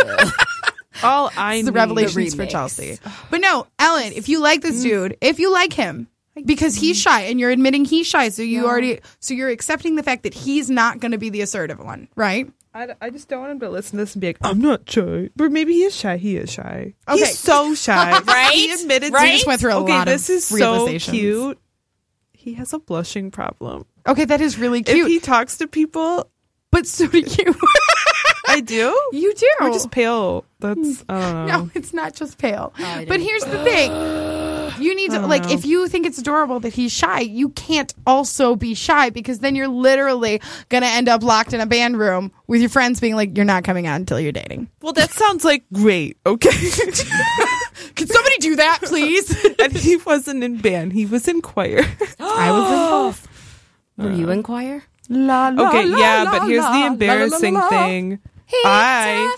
[SPEAKER 5] All I
[SPEAKER 2] the
[SPEAKER 5] need-
[SPEAKER 2] revelations for
[SPEAKER 3] remix.
[SPEAKER 2] Chelsea. But no, Ellen, if you like this dude, if you like him, because he's shy and you're admitting he's shy, so you already so you're accepting the fact that he's not going to be the assertive one, right?
[SPEAKER 5] I, I just don't want him to listen to this and be like, I'm not shy. But maybe he is shy. He is shy.
[SPEAKER 2] Okay.
[SPEAKER 5] He's so shy.
[SPEAKER 3] Right?
[SPEAKER 5] He admitted
[SPEAKER 3] Right?
[SPEAKER 2] We just went through a
[SPEAKER 5] okay,
[SPEAKER 2] lot
[SPEAKER 5] this
[SPEAKER 2] of
[SPEAKER 5] is so
[SPEAKER 2] realizations.
[SPEAKER 5] cute. He has a blushing problem.
[SPEAKER 2] Okay, that is really
[SPEAKER 5] If
[SPEAKER 2] cute.
[SPEAKER 5] he talks to people,
[SPEAKER 2] but so do you.
[SPEAKER 5] I do.
[SPEAKER 2] you do.
[SPEAKER 5] We're just pale. That's I don't know.
[SPEAKER 2] no, it's not just pale. but
[SPEAKER 3] I didn't-
[SPEAKER 2] here's the thing. You need to like if you think it's adorable that he's shy, you can't also be shy because then you're literally gonna end up locked in a band room with your friends being like, You're not coming out until you're dating.
[SPEAKER 5] Well, that sounds like great. Okay.
[SPEAKER 2] Can somebody do that, please?
[SPEAKER 5] and he wasn't in band. He was in choir.
[SPEAKER 2] I was involved.
[SPEAKER 3] Will you inquire?
[SPEAKER 2] La, la,
[SPEAKER 5] okay,
[SPEAKER 2] la,
[SPEAKER 5] yeah,
[SPEAKER 2] la,
[SPEAKER 5] but here's
[SPEAKER 2] la, la,
[SPEAKER 5] the
[SPEAKER 2] la,
[SPEAKER 5] embarrassing
[SPEAKER 2] la, la.
[SPEAKER 5] thing. I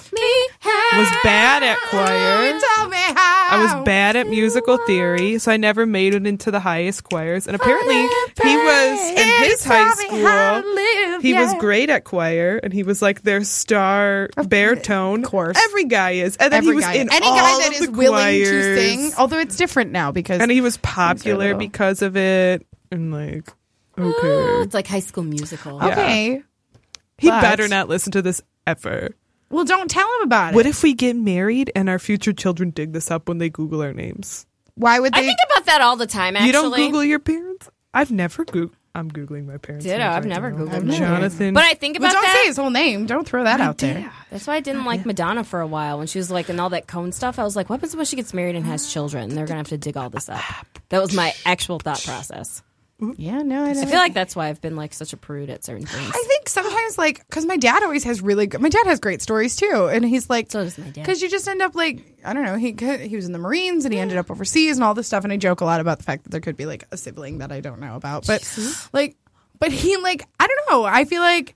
[SPEAKER 5] was bad at choir.
[SPEAKER 2] Tell me how.
[SPEAKER 5] I was bad at musical theory, so I never made it into the highest choirs. And apparently, he was in his high school. He was great at choir, and he was like their star baritone. Of
[SPEAKER 2] course.
[SPEAKER 5] every guy is, and then
[SPEAKER 2] Every
[SPEAKER 5] he was
[SPEAKER 2] guy,
[SPEAKER 5] in
[SPEAKER 2] any
[SPEAKER 5] all
[SPEAKER 2] guy that
[SPEAKER 5] of
[SPEAKER 2] is
[SPEAKER 5] the
[SPEAKER 2] willing to
[SPEAKER 5] choirs.
[SPEAKER 2] sing, although it's different now because
[SPEAKER 5] and he was
[SPEAKER 2] These
[SPEAKER 5] popular
[SPEAKER 2] are little.
[SPEAKER 5] because of it. And like,
[SPEAKER 3] Oh,
[SPEAKER 5] okay,
[SPEAKER 3] it's like High School Musical.
[SPEAKER 5] Yeah.
[SPEAKER 2] okay,
[SPEAKER 5] he
[SPEAKER 2] but-
[SPEAKER 5] better not listen to this ever.
[SPEAKER 2] well, don't tell him about
[SPEAKER 5] What
[SPEAKER 2] it.
[SPEAKER 5] if we get married and our future children dig this up when they Google our names?
[SPEAKER 2] Why would
[SPEAKER 3] I
[SPEAKER 2] they?
[SPEAKER 3] think about that all the time. Actually,
[SPEAKER 5] You don't Google your parents? I've never Googled. I'm Googling my parents.
[SPEAKER 3] Ditto,
[SPEAKER 5] names
[SPEAKER 3] I've
[SPEAKER 5] right
[SPEAKER 3] never
[SPEAKER 5] now.
[SPEAKER 3] Googled
[SPEAKER 5] I'm
[SPEAKER 3] mine.
[SPEAKER 5] Jonathan.
[SPEAKER 3] But I think about
[SPEAKER 2] well, don't
[SPEAKER 3] that.
[SPEAKER 2] say his whole name. Don't throw that out there.
[SPEAKER 3] That's why I didn't like Madonna for a while when she was like in all that cone stuff. I was like, what happens when she gets married and has children? They're gonna have to dig all this up. That was my actual thought process.
[SPEAKER 2] Yeah, no, I
[SPEAKER 3] I
[SPEAKER 2] don't.
[SPEAKER 3] feel like that's why I've been like such a prude at certain things.
[SPEAKER 2] I think sometimes like because my dad always has really good. My dad has great stories too, and he's like,
[SPEAKER 3] So does my dad.
[SPEAKER 2] Because you just end up like I don't know. He could, he was in the Marines and he ended up overseas and all this stuff. And I joke a lot about the fact that there could be like a sibling that I don't know about, but like, but he like I don't know. I feel like.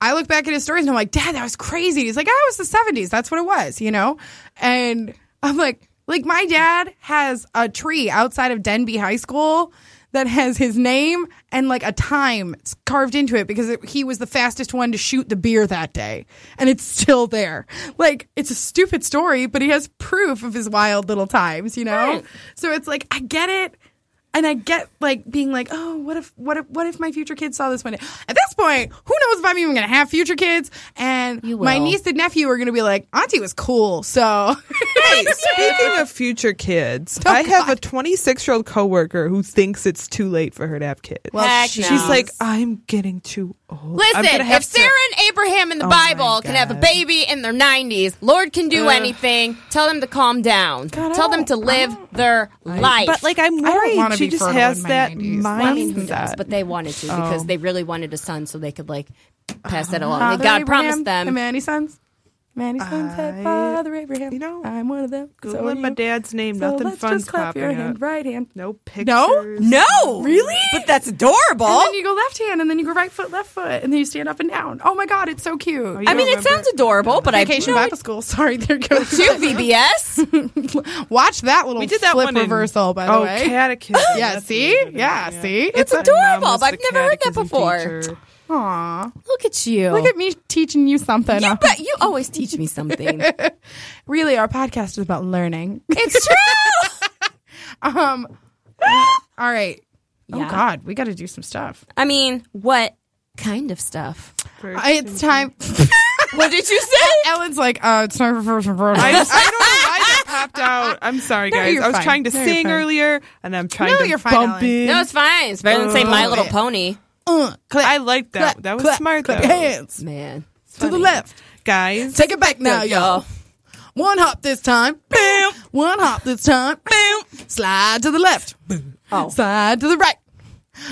[SPEAKER 2] I look back at his stories and I'm like, Dad, that was crazy. He's like, oh, it was the 70s. That's what it was, you know? And I'm like, like my dad has a tree outside of Denby High School that has his name and like a time carved into it because it, he was the fastest one to shoot the beer that day. And it's still there. Like, it's a stupid story, but he has proof of his wild little times, you know?
[SPEAKER 3] Right.
[SPEAKER 2] So it's like, I get it. And I get like being like, oh, what if what if what if my future kids saw this one day? At this point, who knows if I'm even gonna have future kids? And
[SPEAKER 6] You
[SPEAKER 2] my
[SPEAKER 6] will.
[SPEAKER 2] niece and nephew are gonna be like, Auntie was cool, so
[SPEAKER 5] Hey, speaking of future kids,
[SPEAKER 2] Oh,
[SPEAKER 5] I have a
[SPEAKER 2] God.
[SPEAKER 5] 26 year old coworker who thinks it's too late for her to have kids.
[SPEAKER 6] Well, Heck
[SPEAKER 5] she's
[SPEAKER 6] no.
[SPEAKER 5] like, I'm getting too old. I'm
[SPEAKER 6] Listen,
[SPEAKER 5] gonna have
[SPEAKER 6] if Sarah and Abraham in the
[SPEAKER 5] Oh my
[SPEAKER 6] Bible can have a
[SPEAKER 5] God.
[SPEAKER 6] baby in their 90s, Lord can do anything. Tell them to calm down.
[SPEAKER 5] God, I
[SPEAKER 6] Tell them
[SPEAKER 5] don't-
[SPEAKER 6] to live their life.
[SPEAKER 5] but like, I'm
[SPEAKER 2] I don't
[SPEAKER 5] worried.
[SPEAKER 2] wanna
[SPEAKER 5] She
[SPEAKER 2] be
[SPEAKER 5] just
[SPEAKER 2] fertile
[SPEAKER 5] has
[SPEAKER 2] in my
[SPEAKER 5] that
[SPEAKER 2] 90s. Well,
[SPEAKER 6] I
[SPEAKER 5] mindset.
[SPEAKER 6] mean, who knows? But they wanted to because
[SPEAKER 5] Oh.
[SPEAKER 6] they really wanted a son so they could like pass that along.
[SPEAKER 5] Uh-huh.
[SPEAKER 6] Like,
[SPEAKER 2] Father
[SPEAKER 6] God
[SPEAKER 2] Abraham,
[SPEAKER 6] promised them.
[SPEAKER 2] And Manny sons. Manny sons had
[SPEAKER 5] I-
[SPEAKER 2] Father Abraham.
[SPEAKER 5] you know,
[SPEAKER 2] I'm one of them. so are
[SPEAKER 5] Googling my
[SPEAKER 2] you.
[SPEAKER 5] dad's name,
[SPEAKER 2] So
[SPEAKER 5] nothing
[SPEAKER 2] let's
[SPEAKER 5] fun's
[SPEAKER 2] just clap
[SPEAKER 5] popping
[SPEAKER 2] your
[SPEAKER 5] up.
[SPEAKER 2] hand, right hand.
[SPEAKER 5] No pictures.
[SPEAKER 2] No?
[SPEAKER 6] No, really? But that's adorable.
[SPEAKER 5] Oh.
[SPEAKER 2] And then you go left hand, and then you go right foot, left foot, and then you stand up and down. Oh my God, it's so cute.
[SPEAKER 5] you
[SPEAKER 6] I mean,
[SPEAKER 5] don't
[SPEAKER 6] it sounds adorable, but I
[SPEAKER 2] Vacation
[SPEAKER 6] no,
[SPEAKER 2] Bible School. Sorry, there goes
[SPEAKER 6] to VBS.
[SPEAKER 2] Watch that little
[SPEAKER 5] We did that
[SPEAKER 2] flip
[SPEAKER 5] one in-
[SPEAKER 2] reversal, by the
[SPEAKER 5] oh,
[SPEAKER 2] way.
[SPEAKER 5] catechism.
[SPEAKER 2] yeah,
[SPEAKER 5] That's what we
[SPEAKER 2] see?
[SPEAKER 5] did it
[SPEAKER 2] Yeah,
[SPEAKER 5] on,
[SPEAKER 2] see?
[SPEAKER 6] It's
[SPEAKER 2] a
[SPEAKER 6] adorable,
[SPEAKER 5] Anonymous,
[SPEAKER 6] but I've
[SPEAKER 5] the
[SPEAKER 6] never heard that
[SPEAKER 5] catechism
[SPEAKER 6] before.
[SPEAKER 5] teacher.
[SPEAKER 2] Aw.
[SPEAKER 6] Look at you.
[SPEAKER 2] Look at me teaching you something.
[SPEAKER 6] you, but you always teach me something.
[SPEAKER 2] really, our podcast is about learning.
[SPEAKER 6] it's true.
[SPEAKER 2] Um, all right. Oh
[SPEAKER 6] Yeah.
[SPEAKER 2] God, we got to do some stuff.
[SPEAKER 6] I mean, what kind of stuff?
[SPEAKER 2] I- It's time.
[SPEAKER 6] What did you say?
[SPEAKER 2] Ellen's like, uh, it's time for first
[SPEAKER 5] I, I
[SPEAKER 2] version.
[SPEAKER 5] don't know why that popped out. I'm sorry,
[SPEAKER 2] No,
[SPEAKER 5] guys.
[SPEAKER 2] you're
[SPEAKER 5] I was
[SPEAKER 2] fine.
[SPEAKER 5] trying to
[SPEAKER 2] No, you're
[SPEAKER 5] sing
[SPEAKER 2] fine.
[SPEAKER 5] earlier, and I'm trying
[SPEAKER 2] No,
[SPEAKER 5] to
[SPEAKER 2] you're fine,
[SPEAKER 5] bump
[SPEAKER 2] Ellen.
[SPEAKER 5] in.
[SPEAKER 6] No, it's fine. It's better than saying My Little Pony.
[SPEAKER 5] I like that.
[SPEAKER 2] Uh, Clap,
[SPEAKER 5] that was
[SPEAKER 2] clap,
[SPEAKER 5] smart,
[SPEAKER 2] clap
[SPEAKER 5] though.
[SPEAKER 2] hands
[SPEAKER 6] Man.
[SPEAKER 2] to the left.
[SPEAKER 5] Guys,
[SPEAKER 2] Take it back now, y'all. One hop this time. Bam. One hop this time. Bam. Slide to the left. Boom.
[SPEAKER 6] Oh.
[SPEAKER 2] Slide to the right.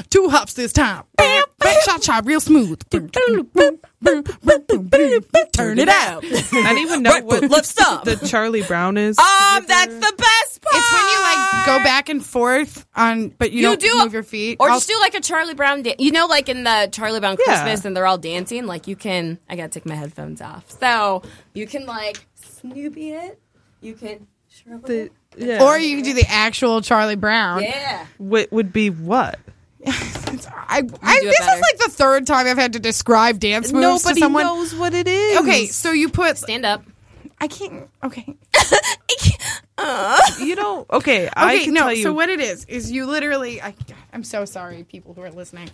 [SPEAKER 2] Two hops this time. Bam. Back cha cha real smooth. Boom, boom, boom, boom, boom, boom, boom. Turn it out. It's
[SPEAKER 5] I don't even know
[SPEAKER 6] Right
[SPEAKER 5] what
[SPEAKER 6] foot, left stop.
[SPEAKER 3] Um,
[SPEAKER 5] the Charlie Brown is.
[SPEAKER 2] Uh,
[SPEAKER 6] Um, that's the best part.
[SPEAKER 2] when you like go back and forth on, but you,
[SPEAKER 6] You
[SPEAKER 2] don't
[SPEAKER 6] do
[SPEAKER 2] move your feet.
[SPEAKER 6] or
[SPEAKER 2] I'll-
[SPEAKER 6] just do like a Charlie Brown. Dan- you know, like in the Charlie Brown
[SPEAKER 5] Yeah.
[SPEAKER 6] Christmas, and they're all dancing. Like you can. I gotta take my headphones off, so you can like Snoopy it. You can. Shrug
[SPEAKER 5] The-
[SPEAKER 6] it.
[SPEAKER 5] yeah.
[SPEAKER 2] Or you can do the actual Charlie Brown.
[SPEAKER 6] Yeah.
[SPEAKER 5] What would be what?
[SPEAKER 2] It's- I, I,
[SPEAKER 6] do it
[SPEAKER 2] this
[SPEAKER 6] better.
[SPEAKER 2] is like the third time I've had to describe dance moves to
[SPEAKER 5] Nobody
[SPEAKER 2] someone.
[SPEAKER 5] knows what it is.
[SPEAKER 2] Okay, so you put.
[SPEAKER 6] Stand up.
[SPEAKER 2] I can't. Okay.
[SPEAKER 5] you don't. Okay, I
[SPEAKER 2] Okay,
[SPEAKER 5] can
[SPEAKER 2] no.
[SPEAKER 5] tell you.
[SPEAKER 2] So what it is is you literally. I, I'm so sorry, people who are listening.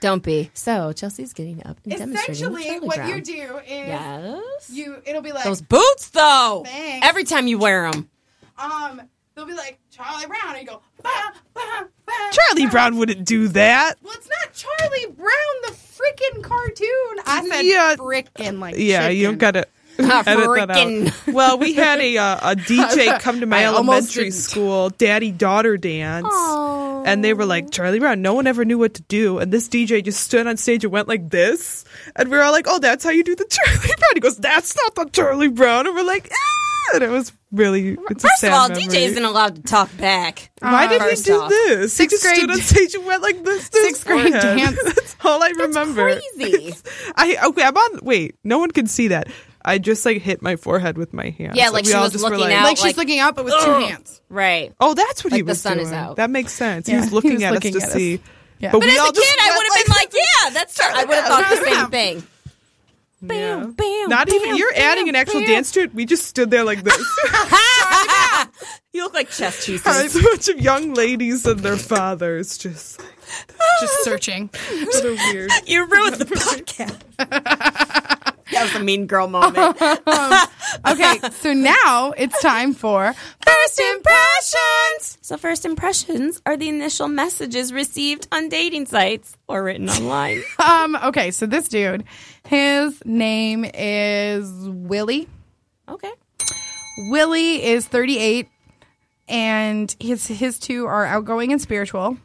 [SPEAKER 6] Don't be. So Chelsea's getting up and demonstrating the
[SPEAKER 2] Essentially,
[SPEAKER 6] Charlie
[SPEAKER 2] what
[SPEAKER 6] Brown.
[SPEAKER 2] you do is
[SPEAKER 6] Yes.
[SPEAKER 2] you. It'll be like
[SPEAKER 6] Those boots, though.
[SPEAKER 2] Thanks.
[SPEAKER 6] Every time you wear them.
[SPEAKER 2] um. They'll be like Charlie Brown, and you go. Bah, bah, bah,
[SPEAKER 5] Charlie Brown wouldn't do that.
[SPEAKER 2] Well, it's not Charlie Brown, the freaking cartoon. I said
[SPEAKER 5] Yeah.
[SPEAKER 2] frickin' like
[SPEAKER 5] Yeah, you
[SPEAKER 2] chicken.
[SPEAKER 5] don't gotta.
[SPEAKER 6] Ah,
[SPEAKER 5] edit that out.
[SPEAKER 6] frickin'.
[SPEAKER 5] Well, we had a uh, a DJ come to my
[SPEAKER 2] I almost
[SPEAKER 5] elementary
[SPEAKER 2] didn't.
[SPEAKER 5] school daddy daughter dance,
[SPEAKER 6] Aw.
[SPEAKER 5] and they were like Charlie Brown. No one ever knew what to do, and this DJ just stood on stage and went like this, and we were all like, "Oh, that's how you do the Charlie Brown." He goes, "That's not the Charlie Brown," and we're like, ah! and it was really. It's a
[SPEAKER 6] First
[SPEAKER 5] sad
[SPEAKER 6] of all,
[SPEAKER 5] memory.
[SPEAKER 6] DJ isn't allowed to talk back.
[SPEAKER 5] Why did he
[SPEAKER 6] First
[SPEAKER 5] do
[SPEAKER 6] off.
[SPEAKER 5] this? He
[SPEAKER 2] Sixth
[SPEAKER 5] just stood
[SPEAKER 2] grade-
[SPEAKER 5] on stage and went like this. to his
[SPEAKER 2] Sixth grade
[SPEAKER 5] forehead.
[SPEAKER 2] dance.
[SPEAKER 5] That's all I remember.
[SPEAKER 6] crazy.
[SPEAKER 5] I okay. I'm on. Wait, no one can see that. I just like hit my forehead with my hand.
[SPEAKER 6] Yeah, like
[SPEAKER 5] we
[SPEAKER 6] she
[SPEAKER 5] all
[SPEAKER 6] was
[SPEAKER 5] just were
[SPEAKER 6] looking
[SPEAKER 5] like,
[SPEAKER 6] out.
[SPEAKER 2] Like she's
[SPEAKER 6] Like-
[SPEAKER 2] looking out, but with two hands.
[SPEAKER 6] Right.
[SPEAKER 5] Oh, that's what he
[SPEAKER 6] Like the
[SPEAKER 5] was
[SPEAKER 6] sun is
[SPEAKER 5] doing.
[SPEAKER 6] out.
[SPEAKER 5] That makes sense.
[SPEAKER 2] Yeah,
[SPEAKER 5] he was looking at
[SPEAKER 2] looking
[SPEAKER 5] us to
[SPEAKER 2] at us.
[SPEAKER 5] see.
[SPEAKER 2] Yeah.
[SPEAKER 5] But,
[SPEAKER 6] But
[SPEAKER 5] we
[SPEAKER 6] as
[SPEAKER 5] all
[SPEAKER 6] a
[SPEAKER 5] just
[SPEAKER 6] kid, I
[SPEAKER 5] went
[SPEAKER 6] would have been like, yeah, that's Charlie. I would have thought the same thing.
[SPEAKER 2] Bam,
[SPEAKER 6] bam.
[SPEAKER 5] Not even. You're adding an actual dance to it. We just stood there like this.
[SPEAKER 6] You look like chess cheese.
[SPEAKER 5] It's a bunch of young ladies and their fathers just like,
[SPEAKER 2] Just searching.
[SPEAKER 5] what a weird.
[SPEAKER 6] You ruined the podcast. that was a mean girl moment.
[SPEAKER 2] Okay, so now it's time for
[SPEAKER 6] First impressions. So first impressions are the initial messages received on dating sites or written online.
[SPEAKER 2] um okay, so this dude, his name is Willie.
[SPEAKER 6] okay.
[SPEAKER 2] Willie is 38 and his his two are outgoing and spiritual.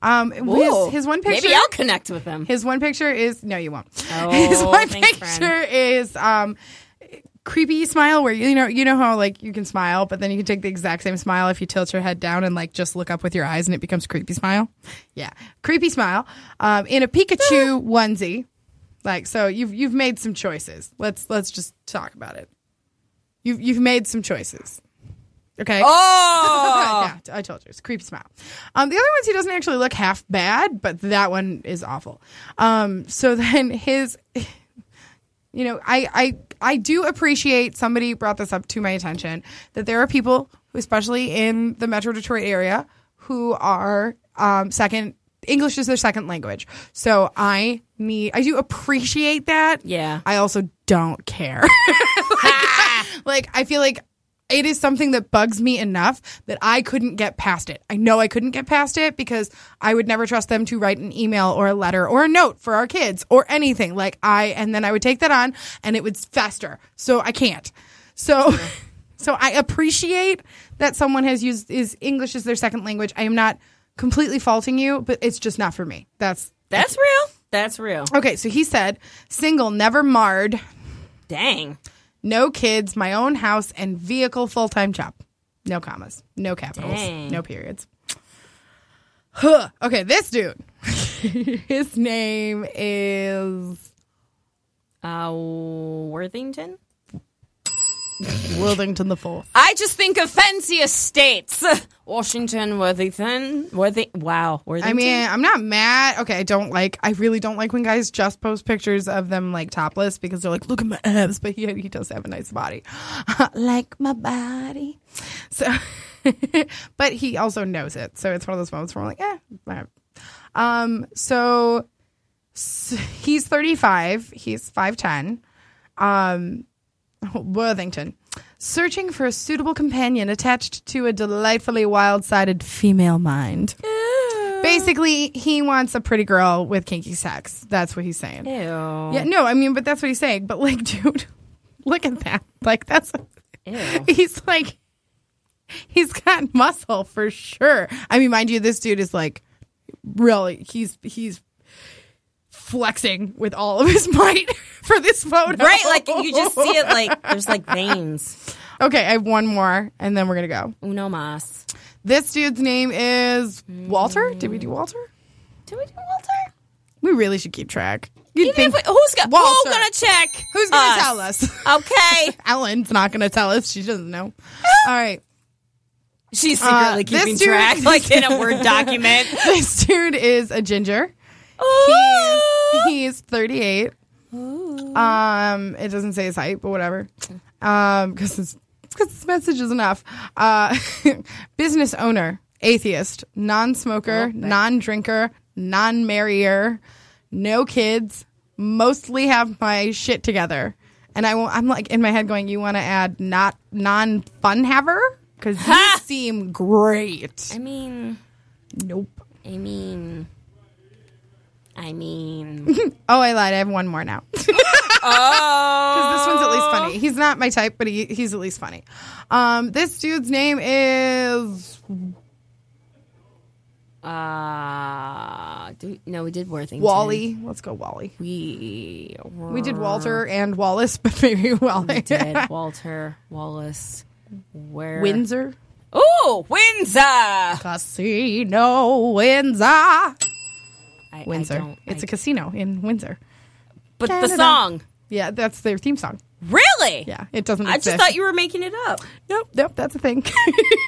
[SPEAKER 2] Um
[SPEAKER 6] Ooh.
[SPEAKER 2] his, his one picture
[SPEAKER 6] Maybe I'll connect with him.
[SPEAKER 2] His one picture is no, you won't.
[SPEAKER 6] Oh,
[SPEAKER 2] His one
[SPEAKER 6] thanks,
[SPEAKER 2] picture
[SPEAKER 6] friend.
[SPEAKER 2] is um, creepy smile where you know you know how like you can smile, but then you can take the exact same smile if you tilt your head down and like just look up with your eyes, and it becomes creepy smile. Yeah, creepy smile. Um, in a Pikachu onesie. Like so, you've you've made some choices. Let's let's just talk about it. You've you've made some choices. Okay.
[SPEAKER 6] oh.
[SPEAKER 2] yeah, I told you. It's a creepy smile. Um, the other ones, he doesn't actually look half bad, but that one is awful. Um, so then his, you know, I, I, I do appreciate somebody brought this up to my attention that there are people, especially in the Metro Detroit area, who are um, second English is their second language. So I need I do appreciate that.
[SPEAKER 3] Yeah.
[SPEAKER 2] I also don't care. like, like, I feel like it is something that bugs me enough that I couldn't get past it. I know I couldn't get past it because I would never trust them to write an email or a letter or a note for our kids or anything. Like I and then I would take that on and it would fester. So I can't. So so I appreciate that someone has used is English as their second language. I am not completely faulting you, but it's just not for me. That's
[SPEAKER 3] That's real. That's real.
[SPEAKER 2] Okay, so he said, single, never marred,
[SPEAKER 3] Dang.
[SPEAKER 2] no kids, my own house and vehicle, full time job. No commas, no capitals,
[SPEAKER 3] Dang.
[SPEAKER 2] no periods. Huh. Okay, this dude, his name is
[SPEAKER 3] Uh, Worthington?
[SPEAKER 2] Worthington the Fourth.
[SPEAKER 3] I just think of fancy estates. Washington, Worthington, Worthing. Wow, Worthington.
[SPEAKER 2] I mean, I'm not mad. Okay, I don't like. I really don't like when guys just post pictures of them like topless because they're like, "Look at my abs," but he he does have a nice body, like my body. So, but he also knows it. So it's one of those moments where I'm like, "Eh." whatever." Um. So, s he's 35. He's 5'10. Um, Worthington. Searching for a suitable companion attached to a delightfully wild-sided female mind. Basically, he wants a pretty girl with kinky sex. That's what he's saying.
[SPEAKER 3] Ew.
[SPEAKER 2] Yeah, no, I mean, but that's what he's saying. But like, dude, look at that. Like, that's
[SPEAKER 3] Ew.
[SPEAKER 2] he's like, he's got muscle for sure. I mean, mind you, this dude is like, really, he's he's flexing with all of his might for this photo,
[SPEAKER 3] Right? Like, you just see it like there's like veins.
[SPEAKER 2] Okay, I have one more, and then we're gonna go.
[SPEAKER 3] Uno mas.
[SPEAKER 2] This dude's name is Walter. Did
[SPEAKER 3] Mm.
[SPEAKER 2] we do Walter?
[SPEAKER 3] Do we do Walter?
[SPEAKER 2] We really should keep track. You'd
[SPEAKER 3] Even if we, who's, go-
[SPEAKER 2] Walter.
[SPEAKER 3] who's gonna check?
[SPEAKER 2] Who's gonna
[SPEAKER 3] us?
[SPEAKER 2] tell us?
[SPEAKER 3] Okay.
[SPEAKER 2] Ellen's not gonna tell us. She doesn't know. All right.
[SPEAKER 3] She's
[SPEAKER 2] Uh,
[SPEAKER 3] secretly
[SPEAKER 2] this
[SPEAKER 3] keeping
[SPEAKER 2] dude-
[SPEAKER 3] track, like in a Word document.
[SPEAKER 2] This dude is a ginger. He's,
[SPEAKER 3] Ooh.
[SPEAKER 2] he's 38. Um, it doesn't say his height, but whatever. Um, because it's because this message is enough. Uh, business owner, atheist, non-smoker, non-drinker, non-marrier, no kids. Mostly have my shit together, and I will, I'm like in my head going, "You want to add not non-fun haver because you seem great."
[SPEAKER 3] I mean,
[SPEAKER 2] Nope.
[SPEAKER 3] I mean, I mean.
[SPEAKER 2] Oh, I lied. I have one more now.
[SPEAKER 3] Oh.
[SPEAKER 2] this one's at least funny. He's not my type, but he, he's at least funny. Um, this dude's name is
[SPEAKER 3] Uh, do, no, we did Worthington.
[SPEAKER 2] Wally. Let's go, Wally.
[SPEAKER 3] We were,
[SPEAKER 2] We did Walter and Wallace, but maybe Wally.
[SPEAKER 3] did Walter Wallace. Where?
[SPEAKER 2] Windsor.
[SPEAKER 3] Ooh, Windsor. I,
[SPEAKER 2] Casino Windsor.
[SPEAKER 3] I
[SPEAKER 2] Windsor.
[SPEAKER 3] don't-
[SPEAKER 2] it's
[SPEAKER 3] I-
[SPEAKER 2] a casino in Windsor.
[SPEAKER 3] but the
[SPEAKER 2] Canada.
[SPEAKER 3] song.
[SPEAKER 2] Yeah, that's their theme song.
[SPEAKER 3] Really?
[SPEAKER 2] Yeah, it doesn't
[SPEAKER 3] I
[SPEAKER 2] exist.
[SPEAKER 3] just thought you were making it up.
[SPEAKER 2] Nope, nope, that's a thing.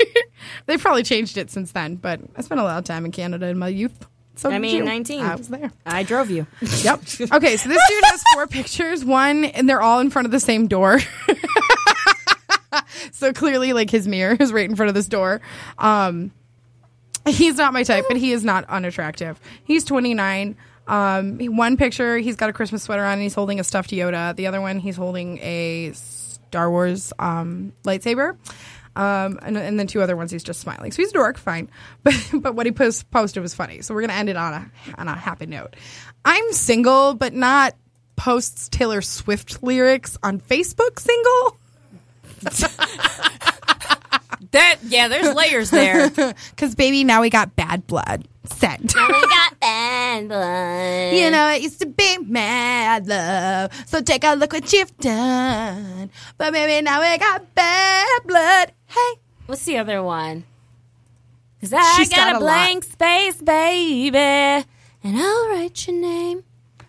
[SPEAKER 2] they probably changed it since then, but I spent a lot of time in Canada in my youth. So
[SPEAKER 3] I
[SPEAKER 2] did
[SPEAKER 3] mean,
[SPEAKER 2] you.
[SPEAKER 3] 19.
[SPEAKER 2] I was there.
[SPEAKER 3] I drove you.
[SPEAKER 2] Yep. Okay, so this dude has four pictures. One, and they're all in front of the same door. so clearly, like his mirror is right in front of this door. Um, he's not my type, but he is not unattractive. He's 29. Um, he- one picture, he's got a Christmas sweater on. And he's holding a stuffed Yoda. The other one, he's holding a Star Wars um, lightsaber. Um, and, and then two other ones, he's just smiling. So he's a dork, fine. But but what he post, posted was funny. So we're gonna end it on a on a happy note. I'm single, but not posts Taylor Swift lyrics on Facebook. Single.
[SPEAKER 3] That yeah, there's layers there. we
[SPEAKER 2] Because, baby, now we got bad blood sent.
[SPEAKER 3] got bad blood.
[SPEAKER 2] You know, it used to be mad love. So take a look what you've done. But baby, now we got bad blood. Hey.
[SPEAKER 3] What's the other one? Cause I
[SPEAKER 2] She's
[SPEAKER 3] got
[SPEAKER 2] got a
[SPEAKER 3] a
[SPEAKER 2] lot.
[SPEAKER 3] blank space, baby, and I'll write your name.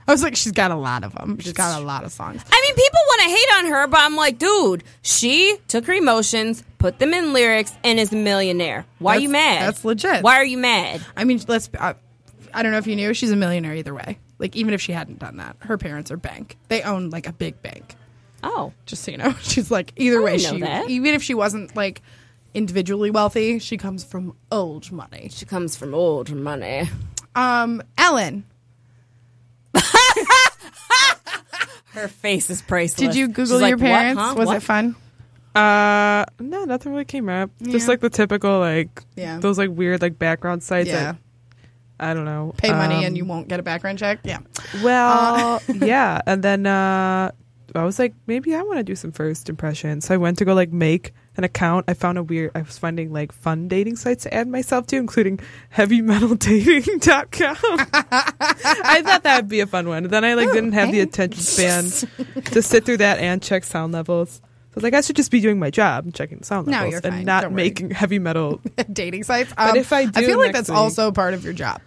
[SPEAKER 2] I was like, she's got a lot of them. She's got a lot of songs.
[SPEAKER 3] I mean, people want to hate on her, but I'm like, dude, she took her emotions, put them in lyrics, and is a millionaire. Why are you
[SPEAKER 2] That's-
[SPEAKER 3] mad?
[SPEAKER 2] that's legit.
[SPEAKER 3] Why are you mad?
[SPEAKER 2] I mean, let's. I, I don't know if you knew, she's a millionaire either way. Like, even if she hadn't done that, her parents are bank. They own like a big bank.
[SPEAKER 3] Oh,
[SPEAKER 2] Just so you know, she's like either
[SPEAKER 3] I
[SPEAKER 2] way.
[SPEAKER 3] didn't know
[SPEAKER 2] She
[SPEAKER 3] that.
[SPEAKER 2] even if she wasn't like individually wealthy. She comes from old money.
[SPEAKER 6] She comes from old money.
[SPEAKER 2] Um, Ellen,
[SPEAKER 6] Her face is priceless.
[SPEAKER 2] did you
[SPEAKER 6] She's
[SPEAKER 2] Google
[SPEAKER 6] like,
[SPEAKER 2] your
[SPEAKER 6] "What,
[SPEAKER 2] parents?
[SPEAKER 6] huh?
[SPEAKER 2] Was
[SPEAKER 6] What?"
[SPEAKER 2] it fun?
[SPEAKER 5] Uh, no, nothing really came up.
[SPEAKER 2] Yeah.
[SPEAKER 5] Just like the typical like
[SPEAKER 2] Yeah.
[SPEAKER 5] those like weird like background sites.
[SPEAKER 2] Yeah.
[SPEAKER 5] Yeah. I don't know.
[SPEAKER 2] Pay money
[SPEAKER 5] Um,
[SPEAKER 2] and you won't get a background check. Yeah.
[SPEAKER 5] Well, yeah, and then uh, I was like, maybe I want to do some first impressions. So I went to go like make an account. I found a weird. I was finding like fun dating sites to add myself to, including heavymetaldating.com. I thought that would be a fun one. Then I
[SPEAKER 2] Oh,
[SPEAKER 5] like didn't have the attention span to sit through that and check sound levels. So I was like, I should just be doing my job and checking sound
[SPEAKER 2] No,
[SPEAKER 5] levels
[SPEAKER 2] you're
[SPEAKER 5] and
[SPEAKER 2] fine.
[SPEAKER 5] not
[SPEAKER 2] Don't worry.
[SPEAKER 5] making heavy metal.
[SPEAKER 2] Dating sites. Um,
[SPEAKER 5] But if I do
[SPEAKER 2] feel like
[SPEAKER 5] next
[SPEAKER 2] that's
[SPEAKER 5] week-
[SPEAKER 2] also part of your job.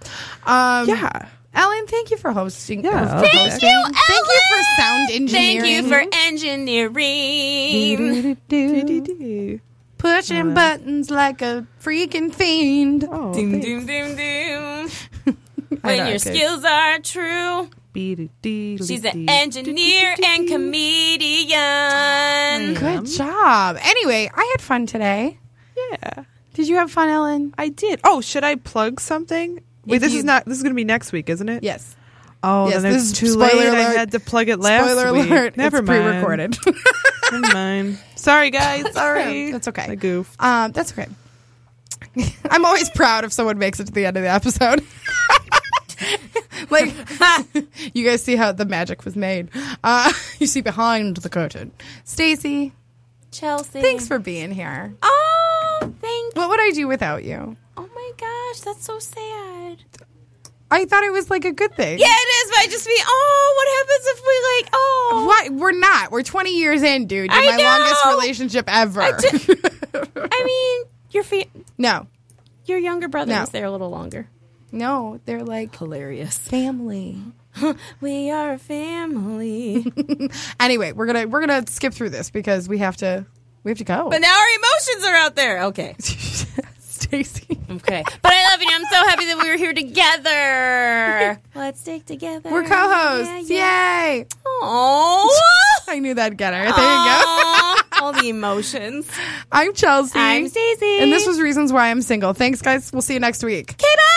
[SPEAKER 2] Um,
[SPEAKER 5] yeah.
[SPEAKER 2] Ellen, thank you for hosting.
[SPEAKER 5] Yeah,
[SPEAKER 2] for
[SPEAKER 5] I'll be
[SPEAKER 2] hosting.
[SPEAKER 5] back.
[SPEAKER 6] Thank you,
[SPEAKER 2] Thank you for
[SPEAKER 6] Ellen.
[SPEAKER 2] sound engineering.
[SPEAKER 6] Thank you for engineering.
[SPEAKER 2] pushing buttons like a freaking fiend.
[SPEAKER 5] Oh,
[SPEAKER 6] Doom,
[SPEAKER 5] thanks.
[SPEAKER 6] doom, doom, doom.
[SPEAKER 2] I
[SPEAKER 6] When
[SPEAKER 2] know, okay.
[SPEAKER 6] your skills are true, she's an engineer and comedian.
[SPEAKER 2] Good job. Anyway, I had fun today.
[SPEAKER 5] Yeah.
[SPEAKER 2] Did you have fun, Ellen?
[SPEAKER 5] I did. Oh, should I plug something? Wait,
[SPEAKER 2] If
[SPEAKER 5] this
[SPEAKER 2] you-
[SPEAKER 5] is not. This is going to be next week, isn't it?
[SPEAKER 2] Yes.
[SPEAKER 5] Oh,
[SPEAKER 2] Yes,
[SPEAKER 5] then
[SPEAKER 2] this
[SPEAKER 5] it's
[SPEAKER 2] is-
[SPEAKER 5] too
[SPEAKER 2] spoiler
[SPEAKER 5] late. I
[SPEAKER 2] alert.
[SPEAKER 5] had to plug it last
[SPEAKER 2] Spoiler
[SPEAKER 5] week.
[SPEAKER 2] alert.
[SPEAKER 5] Never
[SPEAKER 2] it's
[SPEAKER 5] mind.
[SPEAKER 2] pre-recorded.
[SPEAKER 5] Never mind. Sorry, guys. Sorry.
[SPEAKER 2] That's okay.
[SPEAKER 5] I goofed.
[SPEAKER 2] um, that's okay. I'm always proud if someone makes it to the end of the episode. like you guys see how the magic was made. Uh, you see behind the curtain. Stacy,
[SPEAKER 6] Chelsea.
[SPEAKER 2] thanks for being here.
[SPEAKER 6] Oh, thank
[SPEAKER 2] What would I do without you?
[SPEAKER 6] Oh my gosh, that's so sad.
[SPEAKER 2] I thought it was like a good thing.
[SPEAKER 6] Yeah, it is, but I just be, oh, what happens if we, like, oh.
[SPEAKER 2] What? We're not. We're 20 years in, dude. You're
[SPEAKER 6] I
[SPEAKER 2] my
[SPEAKER 6] know.
[SPEAKER 2] longest relationship ever.
[SPEAKER 6] I ju- I mean, your fa-
[SPEAKER 2] no.
[SPEAKER 6] your younger brother
[SPEAKER 2] No.
[SPEAKER 6] was there a little longer.
[SPEAKER 2] No, they're like
[SPEAKER 6] Hilarious.
[SPEAKER 2] family.
[SPEAKER 6] We are a family.
[SPEAKER 2] Anyway, we're going to we're going to skip through this because we have to we have to go.
[SPEAKER 6] but now our emotions are out there. Okay.
[SPEAKER 2] Stacy.
[SPEAKER 6] Okay. But I love you. I'm so happy that we were here together. Let's stick together.
[SPEAKER 2] We're co-hosts. Yay.
[SPEAKER 6] Oh.
[SPEAKER 2] I knew that'd get her. There you go.
[SPEAKER 6] All the emotions.
[SPEAKER 2] I'm Chelsea.
[SPEAKER 6] I'm Stacey.
[SPEAKER 2] And this was Reasons Why I'm Single. Thanks guys. We'll see you next week.
[SPEAKER 6] Kiddo.